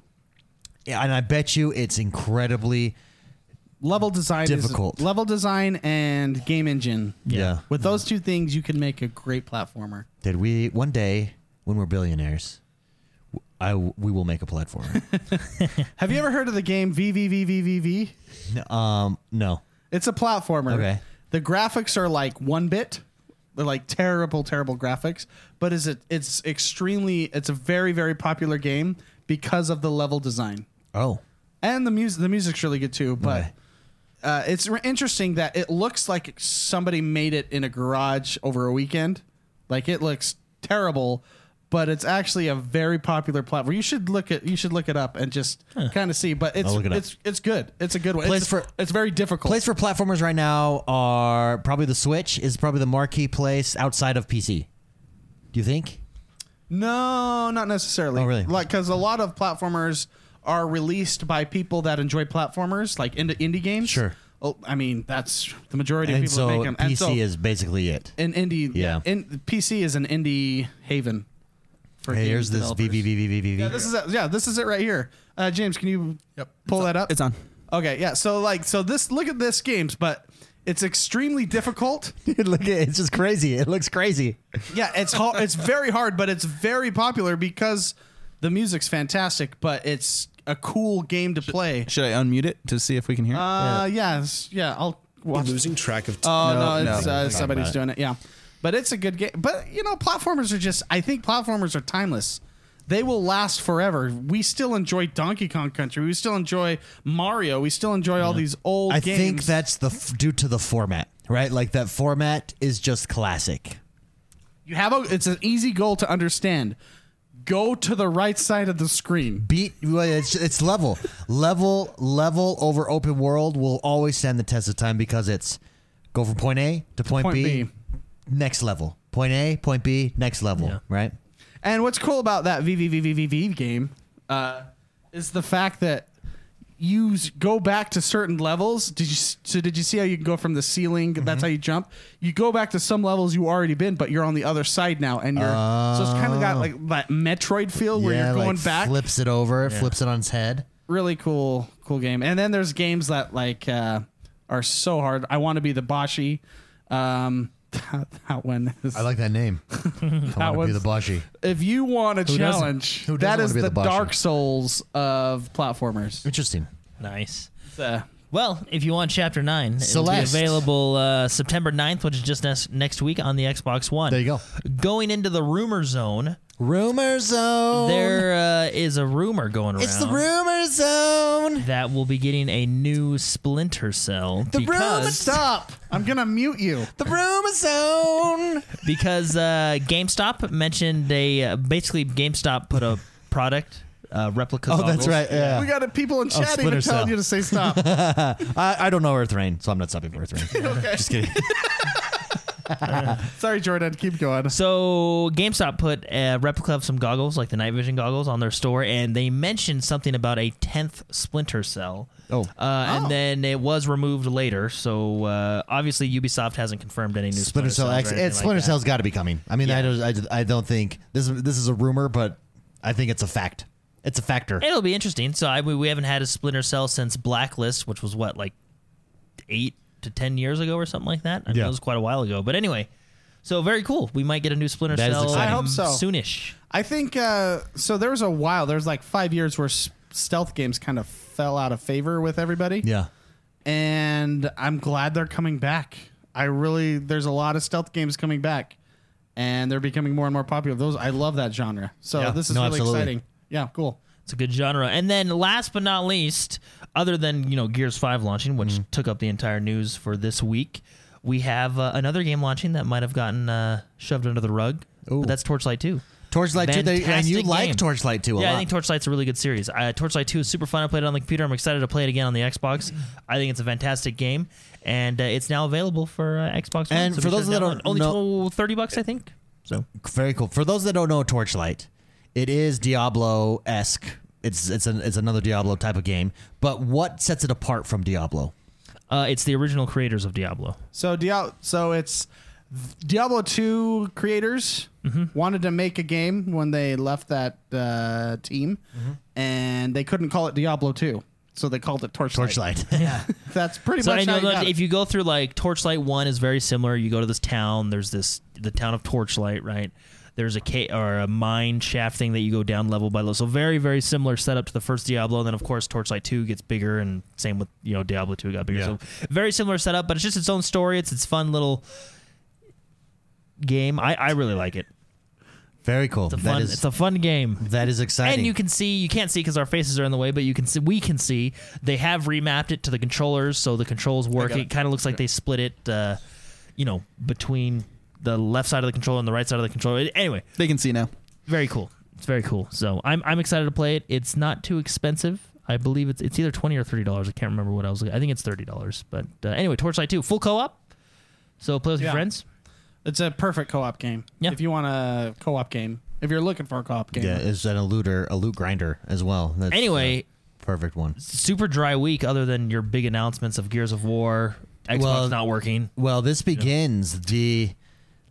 A: Yeah, and I bet you it's incredibly
B: Level design is-
A: Difficult.
B: level design and game engine.
A: Yeah.
B: with those two things, you can make a great platformer.
A: that we one day when we're billionaires, w- I w- we will make a platformer.
B: Have you ever heard of the game VVVVVV?
A: um, no.
B: It's a platformer.
A: Okay.
B: The graphics are like one bit. They're like terrible, terrible graphics. But is it? It's extremely. It's a very, very popular game because of the level design
A: Oh.
B: and the music. The music's really good too. But
A: Okay.
B: uh, it's re- interesting that it looks like somebody made it in a garage over a weekend. Like it looks terrible, but it's actually a very popular platform. You should look at. You should look it up and just kind of see. But it's
A: I'll look it up.
B: it's it's good. It's a good one.
A: Plays
B: it's,
A: for-
B: it's very difficult.
A: Place for platformers right now are probably the Switch is probably the marquee place outside of PC. Do you think?
B: No, not necessarily.
A: Oh, really?
B: Like, because a lot of platformers are released by people that enjoy platformers, like indie, indie games.
A: Sure.
B: Oh, I mean, that's the majority of
A: And
B: people
A: so
B: that make them.
A: PC is basically it.
B: an indie.
A: Yeah.
B: In, PC is an indie haven. For
A: Hey,
B: game
A: here's this
B: developers.
A: VVVVVV.
B: Yeah, this is it. yeah, this is it right here. Uh, James, can you pull that up?
E: It's on.
B: Okay, yeah. So like, so this look at this games, but it's extremely difficult.
A: Look, at- it's just crazy. It looks crazy.
B: Yeah, it's hard. it's very hard, but it's very popular because the music's fantastic. But it's a cool game to play.
E: Should I unmute it to see if we can hear? it?
B: Uh, yes, yeah, I'll
F: We're
B: watch.
F: losing track of. T-
B: Oh no,
E: No,
B: it's
E: no.
B: uh,
E: Talking
B: somebody's doing it. Yeah, but it's a good game. But you know, platformers are just. I think platformers are timeless. They will last forever. We still enjoy Donkey Kong Country. We still enjoy Mario. We still enjoy all these old.
A: I
B: games.
A: think that's the f- due to the format, right? Like that format is just classic.
B: you have a. It's an easy goal to understand. Go to the right side of the screen.
A: Beat well, it's it's level. level level over open world will always stand the test of time because it's go from point A to point,
B: point
A: B,
B: B.
A: next level. Point A, point B, next level, right?
B: And what's cool about that VVVVVV game uh, is the fact that you s- go back to certain levels. Did you s- so? Did you see how you can go from the ceiling?
A: Mm-hmm.
B: That's how you jump. You go back to some levels you already been, but you're on the other side now, and you're so it's kind of got like that Metroid feel where you're going
A: like
B: back.
A: Flips it over, flips it on its head.
B: Really cool, cool game. And then there's games that like uh, are so hard. I want to be the Boshi. Um, [LAUGHS] that, that one is
A: I like that name. I want to
B: one's-
A: be the Boshi.
B: if you want a
A: doesn't?
B: challenge,
A: Who doesn't
B: that
A: wanna
B: is
A: be
B: the,
A: the boss?
B: Dark Souls of platformers.
A: Interesting.
C: Nice.
B: It's, uh,
C: Well, if you want Chapter 9,
A: Celeste.
C: it'll be available uh, September 9th, which is just next, next week on the Xbox One.
A: There you go.
C: Going into the rumor zone,
A: Rumor zone.
C: there uh, is a rumor going around.
A: It's the rumor zone.
C: That will be getting a new Splinter Cell
A: The rumor
C: because,
B: stop! I'm gonna mute you.
A: The rumor zone.
C: because uh, GameStop mentioned a uh, basically GameStop put a product uh, replica.
A: Oh, that's
C: goggles.
A: right. Yeah.
B: We got people in chat even
A: Oh, Splinter
B: telling
A: Cell.
B: you to say
A: [LAUGHS]
B: stop.
A: I, I don't know Earth Rain, so I'm not stopping for Earth Rain. [LAUGHS] Just kidding.
B: Sorry, Jordan. Keep going.
C: So GameStop put a replica of some goggles, like the night vision goggles, on their store, and they mentioned something about a tenth Splinter Cell.
A: Oh.
C: uh, and then it was removed later. So uh, obviously Ubisoft hasn't confirmed any new
A: Splinter Cell X. It's Splinter
C: Splinter
A: Cell's got to be coming. I mean, I don't. I, just- I don't think this. is- This is a rumor, but I think it's a fact. It's a factor.
C: It'll be interesting. So I mean, we haven't had a Splinter Cell since Blacklist, which was what like eight to ten years ago or something like that. I mean,
A: Yeah.
C: it was quite a while ago. But anyway, so very cool. We might get a new Splinter
A: That is
C: Cell.
A: exciting. I
B: hope so.
C: Soonish.
B: I think uh, so. There was a while. There was like five years where s- stealth games kind of fell out of favor with everybody.
A: yeah.
B: And I'm glad they're coming back. I really there's a lot of stealth games coming back, and they're becoming more and more popular. Those I love that genre. So
A: Yeah.
B: this is
A: No,
B: really
A: absolutely.
B: exciting. Yeah, cool.
C: It's a good genre. And then last but not least, other than, you know, Gears 5 launching, which
A: Mm-hmm.
C: took up the entire news for this week, we have uh, another game launching that might have gotten uh, shoved under the rug.
A: Ooh.
C: But that's Torchlight 2.
A: Torchlight 2, they, and you
C: Fantastic
A: like
C: game.
A: Torchlight 2 a
C: yeah,
A: lot.
C: I think Torchlight's a really good series. Uh, Torchlight 2 is super fun. I played it on the computer. I'm excited to play it again on the Xbox. I think it's a fantastic game. And uh, it's now available for uh, Xbox One.
A: And
C: so
A: for
C: be sure
A: those
C: to
A: that don't
C: download. only
A: know-
C: 12 30 bucks, I think. So
A: Very cool. For those that don't know Torchlight, it is Diablo esque. It's it's an, it's another Diablo type of game. But what sets it apart from Diablo?
C: uh, it's the original creators of Diablo.
B: So Diablo, so it's Diablo two creators wanted to make a game when they left that uh, team, and they couldn't call it Diablo two, so they called it Torchlight.
A: Torchlight.
B: That's pretty
C: So I
B: much
C: know
B: how you got
C: that
B: it.
C: if you go through like Torchlight One is very similar. You go to this town. There's this the town of Torchlight, right? There's a ca- or a mine shaft thing that you go down level by level. So very very similar setup to the first Diablo. And then of course Torchlight Two gets bigger, and same with you know Diablo Two got bigger.
A: Yeah.
C: So very similar setup, but it's just its own story. It's its fun little game. I, I really like it.
A: [LAUGHS] Very cool.
C: It's a
A: That
C: fun
A: is-
C: it's a fun game.
A: that is exciting.
C: And you can see, you can't see because our faces are in the way, but you can see, we can see they have remapped it to the controllers, so the controls work. It, kind of looks like they split it, uh, you know, between the left side of the controller and the right side of the controller. Anyway,
E: They can see now.
C: very cool. It's very cool. So I'm I'm excited to play it. It's not too expensive. I believe it's it's either twenty or thirty dollars. I can't remember what I was. I think it's thirty dollars. But uh, anyway, Torchlight Two, full co-op. So play with your
B: Yeah.
C: friends.
B: it's a perfect co op game.
C: Yeah.
B: If you want a co op game, if you're looking for a co op game,
A: yeah, is an eluder, a loot grinder as well. That's
C: Anyway,
A: a perfect one.
C: super dry week other than your big announcements of Gears of War, Xbox
A: Well,
C: not working.
A: Well, this begins the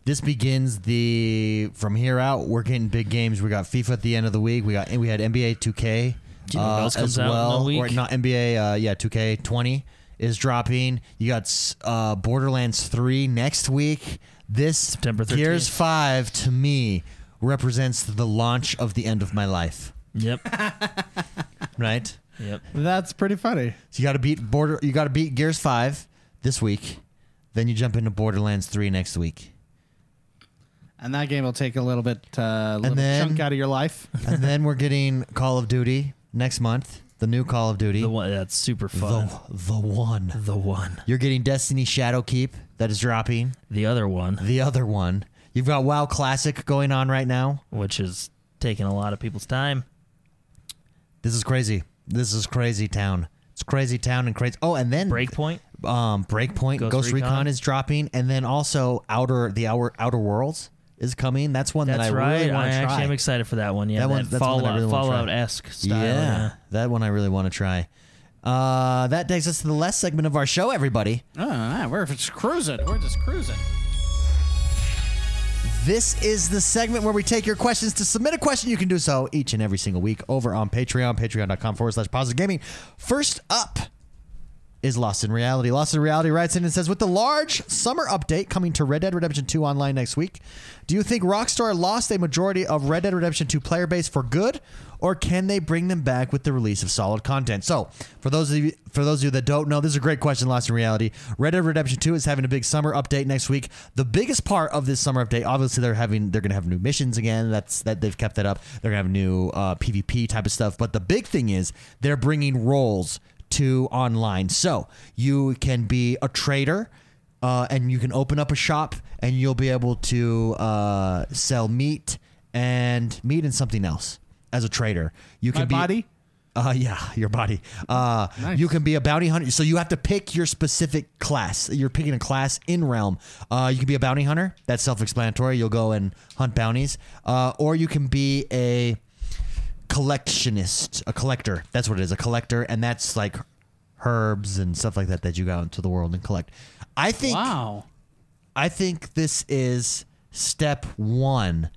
A: this begins the from here out. We're getting big games. We got FIFA at the end of the week. We got we had NBA 2K
C: Do you know what else
A: uh, as
C: comes out in
A: well,
C: the week?
A: or not NBA. Uh, yeah, 2K 20 is dropping. You got uh, Borderlands 3 next week. This
C: September 13th.
A: Gears 5 to me represents the launch of the end of my life.
C: Yep.
A: Right.
C: Yep.
B: that's pretty funny.
A: So you got to beat Border. You got to beat Gears Five this week. Then you jump into Borderlands Three next week,
B: And that game will take a little bit, uh, little
A: then-
B: chunk out of your life. [LAUGHS]
A: and then we're getting Call of Duty next month. The new Call of Duty,
C: The one that's super fun.
A: the, the one.
C: The, one.
A: You're getting Destiny Shadowkeep that is dropping.
C: The other one,
A: The other one. You've got WoW Classic going on right now.
C: which is taking a lot of people's time.
A: This is crazy. This is crazy town. It's crazy town and crazy. Oh, and then
C: Breakpoint.
A: um, Breakpoint, Ghost,
C: Ghost
A: Recon.
C: Recon.
A: is dropping, and then also Outer the Outer Outer Worlds is coming. That's one [LAUGHS]
C: That's
A: that I
C: right.
A: really
C: I
A: want to try.
C: actually am excited for that one. Yeah,
A: That
C: that,
A: one- that's one that I
C: Fallout,
A: really wanna try.
C: Fallout esque style.
A: yeah,
C: Yeah.
A: that one I really want to try. Uh, that takes us to the last segment of our show, everybody.
B: Oh, yeah, we're just cruising. We're just cruising.
A: This is the segment where we take your questions. To submit a question, you can do so each and every single week over on Patreon, patreon.com forward slash positive gaming. First up is Lost in Reality. Lost in Reality writes in and says, With the large summer update coming to Red Dead Redemption 2 online next week, do you think Rockstar lost a majority of Red Dead Redemption 2 player base for good, or can they bring them back with the release of solid content? So, for those of you for those of you that don't know, this is a great question, Lost in Reality. Red Dead Redemption 2 is having a big summer update next week. The biggest part of this summer update, obviously they're having they're gonna have new missions again. That's that they've kept that up. They're gonna have new uh, PvP type of stuff. But the big thing is they're bringing roles to online. So you can be a trader. Uh, and you can open up a shop and you'll be able to uh, sell meat and meat and something else as a trader. You
B: My
A: can be
B: body?
A: Uh, yeah, [LAUGHS] your body. Uh,
B: Nice.
A: You can be a bounty hunter. So you have to pick your specific class. You're picking a class in realm. Uh, you can be a bounty hunter. That's self-explanatory. You'll go and hunt bounties. Uh, or you can be a collectionist, a collector. That's what it is, a collector, and that's like herbs and stuff like that that you go out into the world and collect. I think
B: Wow.
A: I think this is step one.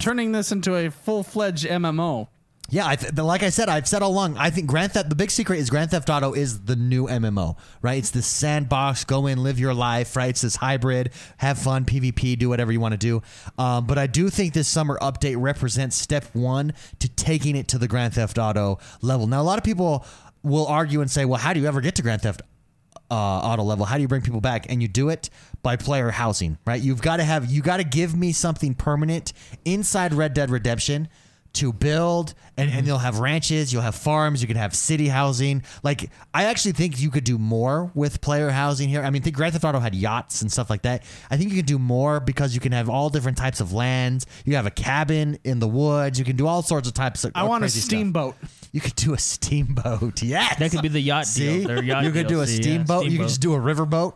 B: Turning this into a full fledged MMO.
A: Yeah, I th- like I said, I've said all along. I think Grand Theft. The big secret is Grand Theft Auto is the new MMO, right? It's this sandbox. Go in, live your life, right? It's this hybrid, have fun, PvP, do whatever you want to do. Um, but I do think this summer update represents step one to taking it to the Grand Theft Auto level. Now, a lot of people will argue and say, "Well, how do you ever get to Grand Theft uh, auto level. How do you bring people back? And you do it by player housing, right? You've got to have you got to give me something permanent inside Red Dead Redemption to build and,
C: Mm-hmm.
A: and you'll have ranches you'll have farms you can have city housing like i actually think you could do more with player housing here i mean think grand theft auto had yachts and stuff like that i think you could do more because you can have all different types of lands you have a cabin in the woods you can do all sorts of types of
B: I
A: of
B: want a
A: crazy stuff.
B: steamboat.
A: you could do a [LAUGHS] steamboat yes
C: That could be the yacht
A: see
C: deal. Their yacht
A: you could do a
C: DLC, yeah,
A: steamboat you could just do a riverboat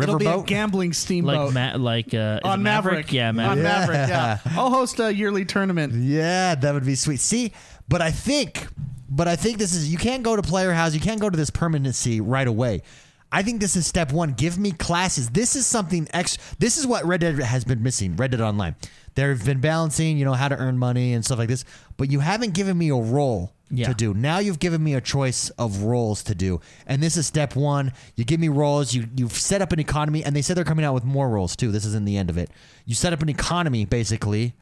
B: It'll be a
A: riverboat
B: gambling steamboat
C: like Ma- like uh, is
B: on
C: it
B: Maverick.
C: Yeah,
B: on
C: Maverick.
B: Maverick. Yeah, I'll host a yearly tournament.
A: Yeah, that would be sweet. See, but I think, but I think this is you can't go to player house. You can't go to this permanency right away. I think this is step one. Give me classes. This is something extra. This is what Red Dead has been missing. Red Dead Online. They've been balancing, you know, how to earn money and stuff like this, but you haven't given me a role
C: Yeah.
A: to do. Now you've given me a choice of roles to do, and this is step one. You give me roles. You you've set up an economy, and they said they're coming out with more roles too. This isn't the end of it. You set up an economy basically,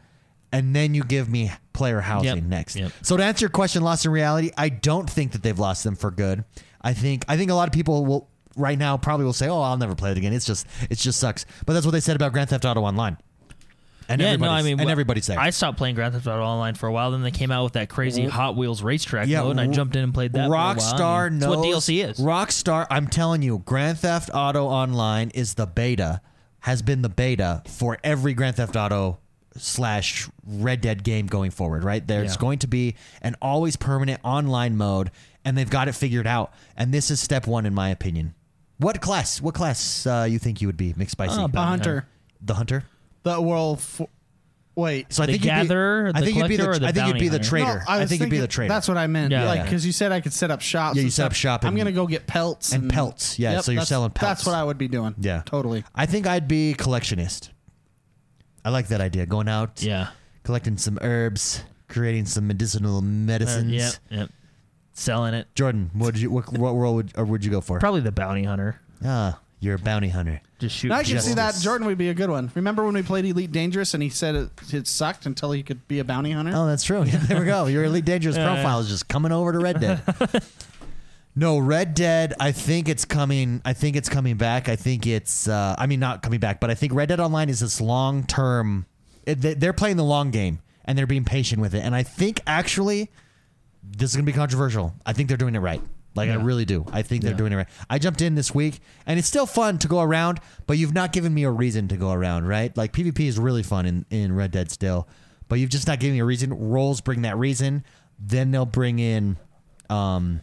A: and then you give me player housing
C: Yep.
A: next.
C: Yep.
A: So to answer your question, lost in reality, I don't think that they've lost them for good. I think I think a lot of people will right now probably will say, "Oh, I'll never play it again. It's just it just sucks." But that's what they said about Grand Theft Auto Online. And
C: Yeah, no,
A: everybody's,
C: I mean,
A: and
C: wh-
A: everybody's there.
C: I stopped playing Grand Theft Auto Online for a while. Then they came out with that crazy Hot Wheels racetrack
A: Yeah,
C: mode, and I
A: w-
C: jumped in and played that. for a while. I
A: Rockstar
C: mean,
A: knows
C: that's what DLC is.
A: Rockstar, I'm telling you, Grand Theft Auto Online is the beta, has been the beta for every Grand Theft Auto slash Red Dead game going forward. Right, there's
C: Yeah.
A: going to be an always permanent online mode, and they've got it figured out. And this is step one, in my opinion. What class? What class uh, you think you would be? Mixed spicy.
C: Uh,
B: The hunter,
A: the hunter.
B: the world. Fo- Wait,
A: So I
C: The
A: think you'd be-
C: gatherer,
A: I
C: the
A: think you'd be the.
C: collector, or the
A: I think you'd
C: bounty
A: be the
C: hunter?
A: trader.
B: No,
A: I,
B: was
A: think you'd be
B: thinking-
A: the trader.
B: That's what I meant.
C: Yeah.
B: Yeah,
A: Yeah.
B: because you said I could set up shops.
A: Yeah, you
B: and
A: set up
B: stuff.
A: shop
B: I'm
A: and-
B: gonna go get pelts
A: and pelts. Yeah, so you're
B: Mm. that's-
A: selling pelts.
B: That's what I would be doing.
A: Yeah.
B: totally.
A: I think I'd be collectionist. I like that idea. Going out,
C: Yeah.
A: collecting some herbs, creating some medicinal
C: Uh,
A: medicines.
C: yep. Yep. Selling it.
A: Jordan, what did you what, what role would or would you go for?
C: Probably the bounty hunter.
A: ah, you're a bounty hunter.
C: Just shoot.
B: Now I can
C: people.
B: see that Jordan would be a good one. Remember when we played Elite Dangerous and he said it, it sucked until he could be a bounty hunter?
A: Oh, that's true. [LAUGHS] Yeah, there we go. Your elite
C: [LAUGHS]
A: dangerous profile is just coming over to Red Dead. no, Red Dead. I think it's coming. I think it's coming back. I think it's. Uh, I mean, not coming back, but I think Red Dead Online is this long term. They're playing the long game and they're being patient with it. And I think actually, this is gonna be controversial. I think they're doing it right. Like I really do. I think they're doing it right. I jumped in this week, and it's still fun to go around, but you've not given me a reason to go around, right? Like PvP is really fun in in Red Dead still, but you've just not given me a reason. Roles bring that reason, then they'll bring in, um,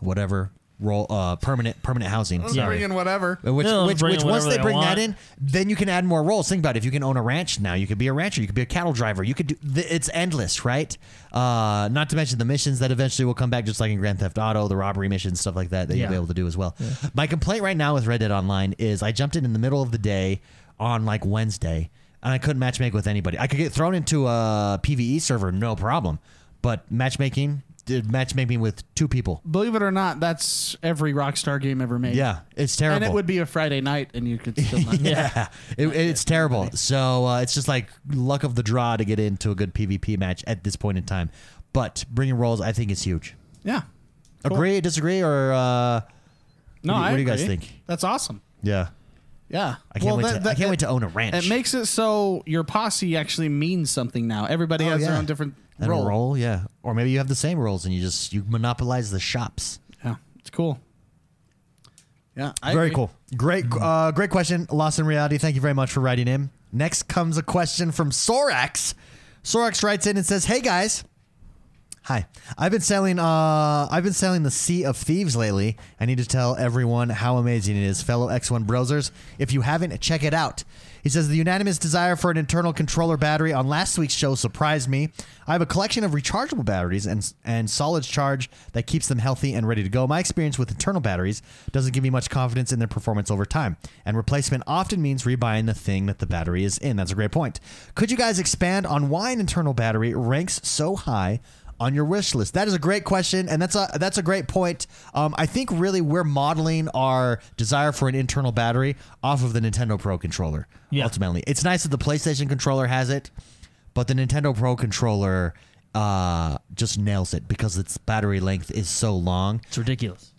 A: whatever role uh permanent permanent housing.
B: Let's
A: Sorry.
B: bring in whatever.
A: Which,
C: They'll
A: which,
C: bring
A: which
C: whatever
A: once they
C: they
A: bring that
C: want.
A: in, then you can add more roles. Think about it. If you can own a ranch now, you could be a rancher. You could be a cattle driver. You could do. th- It's endless, right? Uh, not to mention the missions that eventually will come back, just like in Grand Theft Auto, the robbery missions, stuff like that, that you'll
C: Yeah.
A: be able to do as well. My complaint right now with Red Dead Online is I jumped in in the middle of the day on like Wednesday, and I couldn't matchmake with anybody. I could get thrown into a PVE server, no problem, but matchmaking. Did matchmaking with two people?
B: Believe it or not, that's every Rockstar game ever made.
A: Yeah, it's terrible.
B: And it would be a Friday night and you could
A: [LAUGHS]
B: still not.
A: yeah, It, it's terrible. So uh, it's just like luck of the draw to get into a good PvP match at this point in time. But bringing rolls, I think, is huge.
B: Yeah.
A: Agree, disagree, or uh, What
B: No,
A: do you-
B: I
A: what do you guys
B: agree.
A: think?
B: That's awesome.
A: yeah,
B: Yeah.
A: I can't wait. to, I can't wait to own a ranch.
B: It makes it so your posse actually means something now. Everybody
A: Oh,
B: has their
A: yeah.
B: own different
A: and
B: role.
A: a roll, yeah, or maybe you have the same rolls and you just you monopolize the shops.
B: Yeah, it's cool. Yeah, I
A: very
B: agree.
A: cool. Great, uh, great question. Lost in reality. Thank you very much for writing in. Next comes a question from Sorax. Sorax writes in and says, "Hey guys." Hi, I've been selling. Uh, I've been selling the Sea of Thieves lately. I need to tell everyone how amazing it is, fellow X1 browsers. If you haven't, check it out. He says the unanimous desire for an internal controller battery on last week's show surprised me. I have a collection of rechargeable batteries and and solid charge that keeps them healthy and ready to go. My experience with internal batteries doesn't give me much confidence in their performance over time, and replacement often means rebuying the thing that the battery is in. That's a great point. Could you guys expand on why an internal battery ranks so high? on your wish list? That is a great question, and that's a that's a great point. Um, I think really we're modeling our desire for an internal battery off of the Nintendo Pro controller.
C: Yeah.
A: Ultimately, it's nice that the PlayStation controller has it, but the Nintendo Pro controller uh, just nails it because its battery length is so long.
C: It's ridiculous.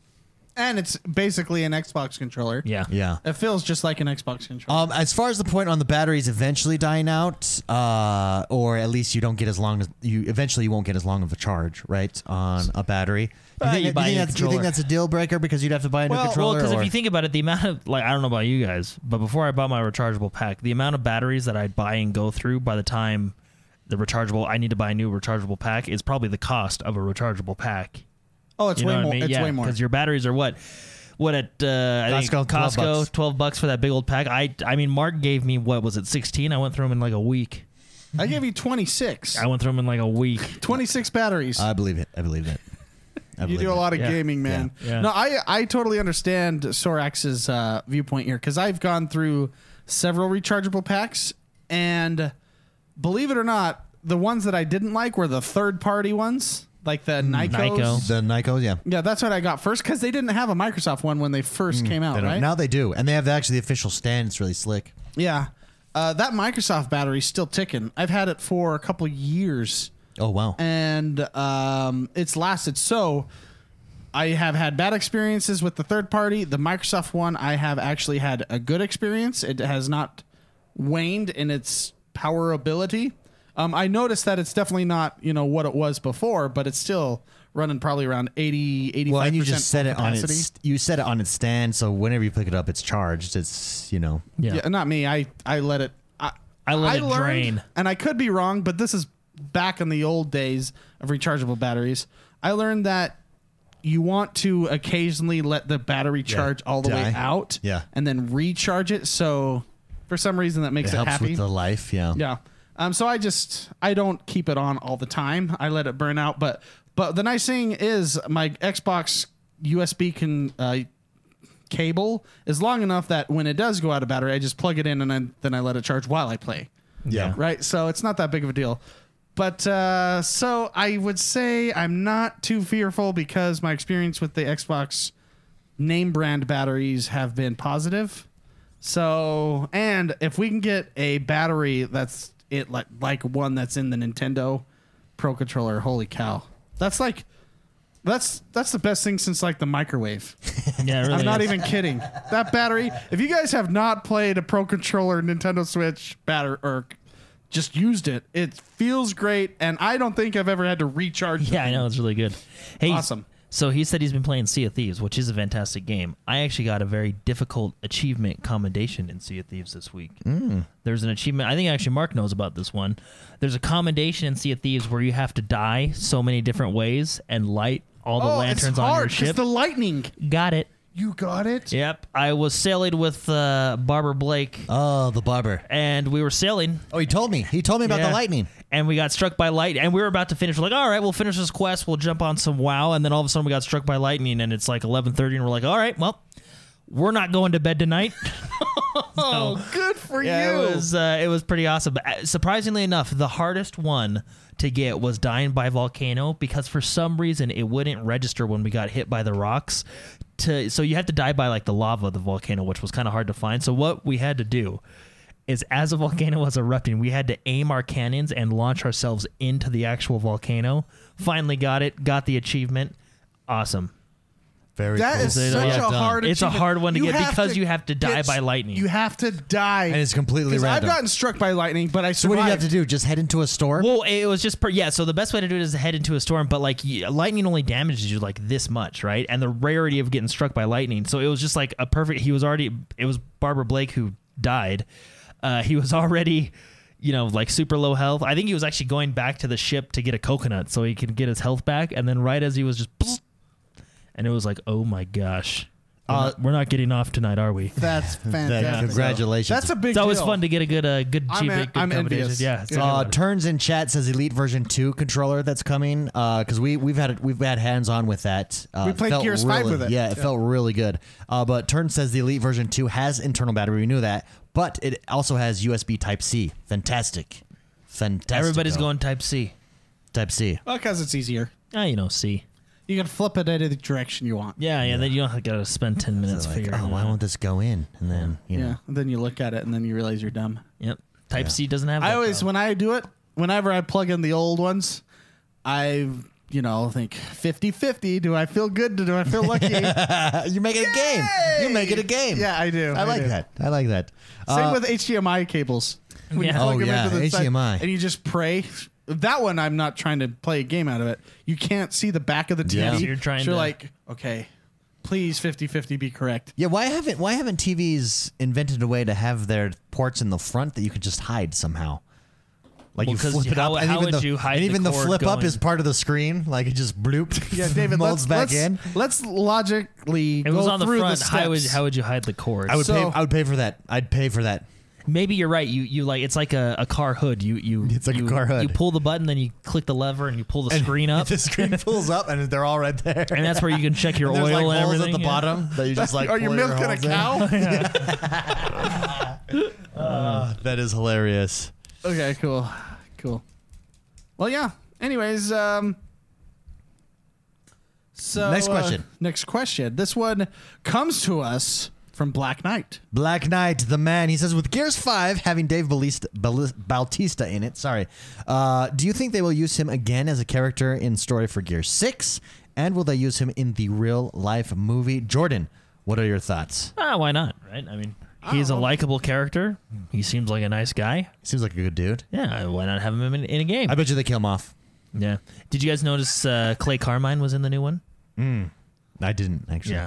B: and it's basically an Xbox controller.
C: Yeah.
A: Yeah.
B: It feels just like an Xbox controller.
A: Um, as far as the point on the batteries eventually dying out, uh, or at least you don't get as long as you eventually you won't get as long of a charge, right, on a battery. Do
C: Uh, you
A: you, think,
C: buy
A: do
C: a
A: you, think that's, do you think
C: controller.
A: that's a deal breaker because you'd have to buy a new
C: Well,
A: controller?
C: because if
A: or-
C: you think about it, the amount of like I don't know about you guys, but before I bought my rechargeable pack, the amount of batteries that I buy and go through by the time the rechargeable I need to buy a new rechargeable pack is probably the cost of a rechargeable pack.
B: oh, it's
C: you
B: way
C: know
B: more.
C: what I mean?
B: It's
C: yeah,
B: way more.
C: because your batteries are what. What at uh, I think
A: Costco, 12
C: Costco,
A: bucks.
C: twelve bucks for that big old pack. I I mean, Mark gave me what was it, sixteen? I went through them in like a week.
B: I gave you 26.
C: I went through them in like a week.
B: 26 batteries.
A: I believe it. I believe it. I
B: you
A: believe
B: do a
A: it.
B: lot of
C: Yeah.
B: gaming, man.
C: Yeah. Yeah.
B: No, I I totally understand Sorax's uh, viewpoint here because I've gone through several rechargeable packs, and believe it or not, the ones that I didn't like were the third party ones, like the Nikos.
C: Nyko.
A: The Nikos, yeah.
B: Yeah, that's what I got first because they didn't have a Microsoft one when they first came
A: They
B: out,
A: don't-
B: Oh, right?
A: Now they do, and they have actually the official stand. It's really slick.
B: Yeah. Uh, that Microsoft battery's still ticking. I've had it for a couple years.
A: Oh wow.
B: and um, it's lasted. So I have had bad experiences with the third party. The Microsoft one, I have actually had a good experience. It has not waned in its powerability. Um, I noticed that it's definitely not you know what it was before, but it's still running probably around 80, 85
A: well, and you just set it
B: capacity.
A: on its you set it on its stand, so whenever you pick it up, it's charged. It's you know
B: [LAUGHS]
C: Yeah.
B: Yeah, not me. I I let it. I,
C: I let it
B: learned,
C: drain.
B: and I could be wrong, but this is back in the old days of rechargeable batteries. I learned that you want to occasionally let the battery charge all the way
A: die.
B: out,
A: Yeah.
B: and then recharge it. So for some reason that makes
A: it
B: it,
A: helps
B: happy.
A: with the life. Yeah.
B: yeah. Um. So I just I don't keep it on all the time. I let it burn out. But but the nice thing is my Xbox USB can. Uh, cable is long enough that when it does go out of battery, I just plug it in and I, then I let it charge while I play.
A: Yeah.
B: Right. So it's not that big of a deal. But uh, so I would say I'm not too fearful because my experience with the Xbox name brand batteries have been positive. So and if we can get a battery that's it like like one that's in the Nintendo Pro controller, holy cow. That's like that's that's the best thing since like the microwave.
C: Yeah, it really
B: I'm not
C: is.
B: even kidding. That battery. If you guys have not played a Pro Controller Nintendo Switch battery or just used it, it feels great, and I don't think I've ever had to recharge.
C: Yeah, I know it's really good. Hey,
B: Awesome.
C: So he said he's been playing Sea of Thieves, which is a fantastic game. I actually got a very difficult achievement commendation in Sea of Thieves this week. Mm. There's an achievement. I think actually Mark knows about this one. There's a commendation in Sea of Thieves where you have to die so many different ways and light all the
B: Oh,
C: lanterns
B: it's
C: on
B: hard
C: your
B: 'cause
C: ship.
B: the lightning.
C: got it.
B: You got it.
C: Yep. I was sailing with uh, Barbara Blake,
A: Oh, the barber.
C: and we were sailing,
A: Oh, he told me. He told me about
C: Yeah.
A: the lightning.
C: and we got struck by light and we were about to finish we're like all right we'll finish this quest we'll jump on some wow and then all of a sudden we got struck by lightning and it's like 11.30 and we're like all right well we're not going to bed tonight [LAUGHS]
B: Oh, good for
C: yeah,
B: you.
C: it was uh, it was pretty awesome But, uh, surprisingly enough the hardest one to get was dying by volcano because for some reason it wouldn't register when we got hit by the rocks to so you had to die by like the lava of the volcano which was kind of hard to find so what we had to do is as a volcano was erupting, we had to aim our cannons and launch ourselves into the actual volcano. Finally got it, got the achievement. Awesome.
A: Very
B: That
A: cool.
B: is
C: They don't-
B: such
C: yeah,
B: a
C: done.
B: hard.
C: It's a
B: achievement.
C: hard one to get
B: have
C: because you have to die
B: get-
C: by lightning.
B: You have to die,
A: And it's completely
B: 'Cause I've
A: random.
B: gotten struck by lightning, but I
A: So
B: survived.
A: what do you have to do? Just head into a store?
C: Well, it was just per- yeah. So the best way to do it is to head into a storm, but like y- lightning only damages you like this much, right? And the rarity of getting struck by lightning. So it was just like a perfect. He was already. It was Barbara Blake who died. Uh, he was [LAUGHS] already, you know, like super low health. I think he was actually going back to the ship to get a coconut so he could get his health back. And then right as he was just, and it was like, oh my gosh, we're,
B: Uh,
C: not, we're not getting off tonight, are we? [LAUGHS]
B: That's fantastic.
A: congratulations.
B: That's a big.
C: It's always
B: deal.
C: fun to get a good, uh, good
B: I'm
C: achievement.
B: en-
C: good
B: I'm
C: commendation.
B: envious.
C: Yeah, it's
B: Yeah.
C: all
A: Uh,
C: good.
A: turns in chat says Elite Version Two controller that's coming because we we've had we've had hands on with that. Uh,
B: We played
A: felt
B: Gears 5
A: really-
B: with it.
A: Yeah, it felt really good. Uh, but Turn says the Elite Version Two has internal battery. We knew that, but it also has USB Type C. Fantastic, fantastic.
C: Everybody's going Type C.
A: Type C.
B: Well, because it's easier.
C: Ah, you know, C.
B: You can flip it any direction you want.
C: Yeah, yeah. Then you don't have to spend ten minutes
A: Like,
C: figuring.
A: oh,
C: it
A: why
C: out.
A: won't this go in? And then you know,
B: Yeah. And then you look at it and then you realize you're dumb.
C: Yep. Type C doesn't have.
B: I
C: that
B: always, when
C: problem.
B: I do it, whenever I plug in the old ones, I you know, think 50 50. Do I feel good? Do I feel [LAUGHS] lucky? Same
A: Uh, you make it a game. You make it a game.
B: Yeah, I do.
A: I,
B: I
A: like
B: do.
A: that. I like that. Uh,
B: with HDMI cables. When
C: Yeah.
B: plug
A: Oh,
B: 'em
A: yeah,
B: into the side
A: HDMI.
B: and you just pray. That one, I'm not trying to play a game out of it. You can't see the back of the TV.
A: Yeah. So
C: you're trying
B: you're
C: to-
B: like, okay, please 50 50 be [LAUGHS] correct.
A: yeah, why haven't why haven't TVs invented a way to have their ports in the front that you could just hide somehow? Like you
C: Well, 'cause
A: flip it
C: how-
A: up, and
C: how
A: even
C: would
A: the,
C: you hide
A: and
C: the
A: even the,
C: cord
A: flip up
C: going?
A: is part of the screen. Like it just bloop.
B: [LAUGHS] Yeah, David,
A: molds
B: let's,
A: back
B: let's,
A: in.
B: Let's logically
C: It
B: go
C: was on the
B: through
C: front.
B: the steps.
C: how would how would you hide the cord?
A: I would
B: So-
A: pay. I would pay for that. I'd pay for that.
C: Maybe you're right. You you like it's like a, a car hood. You you
A: [LAUGHS] It's like a
C: you,
A: car hood.
C: You pull the button, then you click the lever, and you pull the
A: [LAUGHS]
C: screen up,
A: The screen pulls up, and they're all right there.
C: and that's where you can check
A: [LAUGHS]
C: your
A: There's
C: oil
A: like
C: and
A: holes
C: everything.
A: at the
C: yeah.
A: bottom that
B: [LAUGHS]
A: you just like.
B: Are you
A: pull your
B: milking a
A: holes in.
B: cow?
A: [LAUGHS] That is hilarious.
B: [LAUGHS] Okay, cool. Cool. Well, yeah. Anyways, um so
A: Next
B: uh,
A: question.
B: next question. This one comes to us from Black Knight.
A: Black Knight, the man, he says, with Gears 5 having Dave Bautista, Bautista in it, sorry, uh, do you think they will use him again as a character in story for Gears 6? And will they use him in the real life movie? Jordan, what are your thoughts?
C: Ah, why not? Right? I mean, he's a likable character. He seems like a nice guy.
A: Seems like a good dude.
C: Yeah, why not have him in, in a game?
A: I bet you they kill him off.
C: yeah. Did you guys notice uh, Clay Carmine was in the new one?
A: I didn't, actually.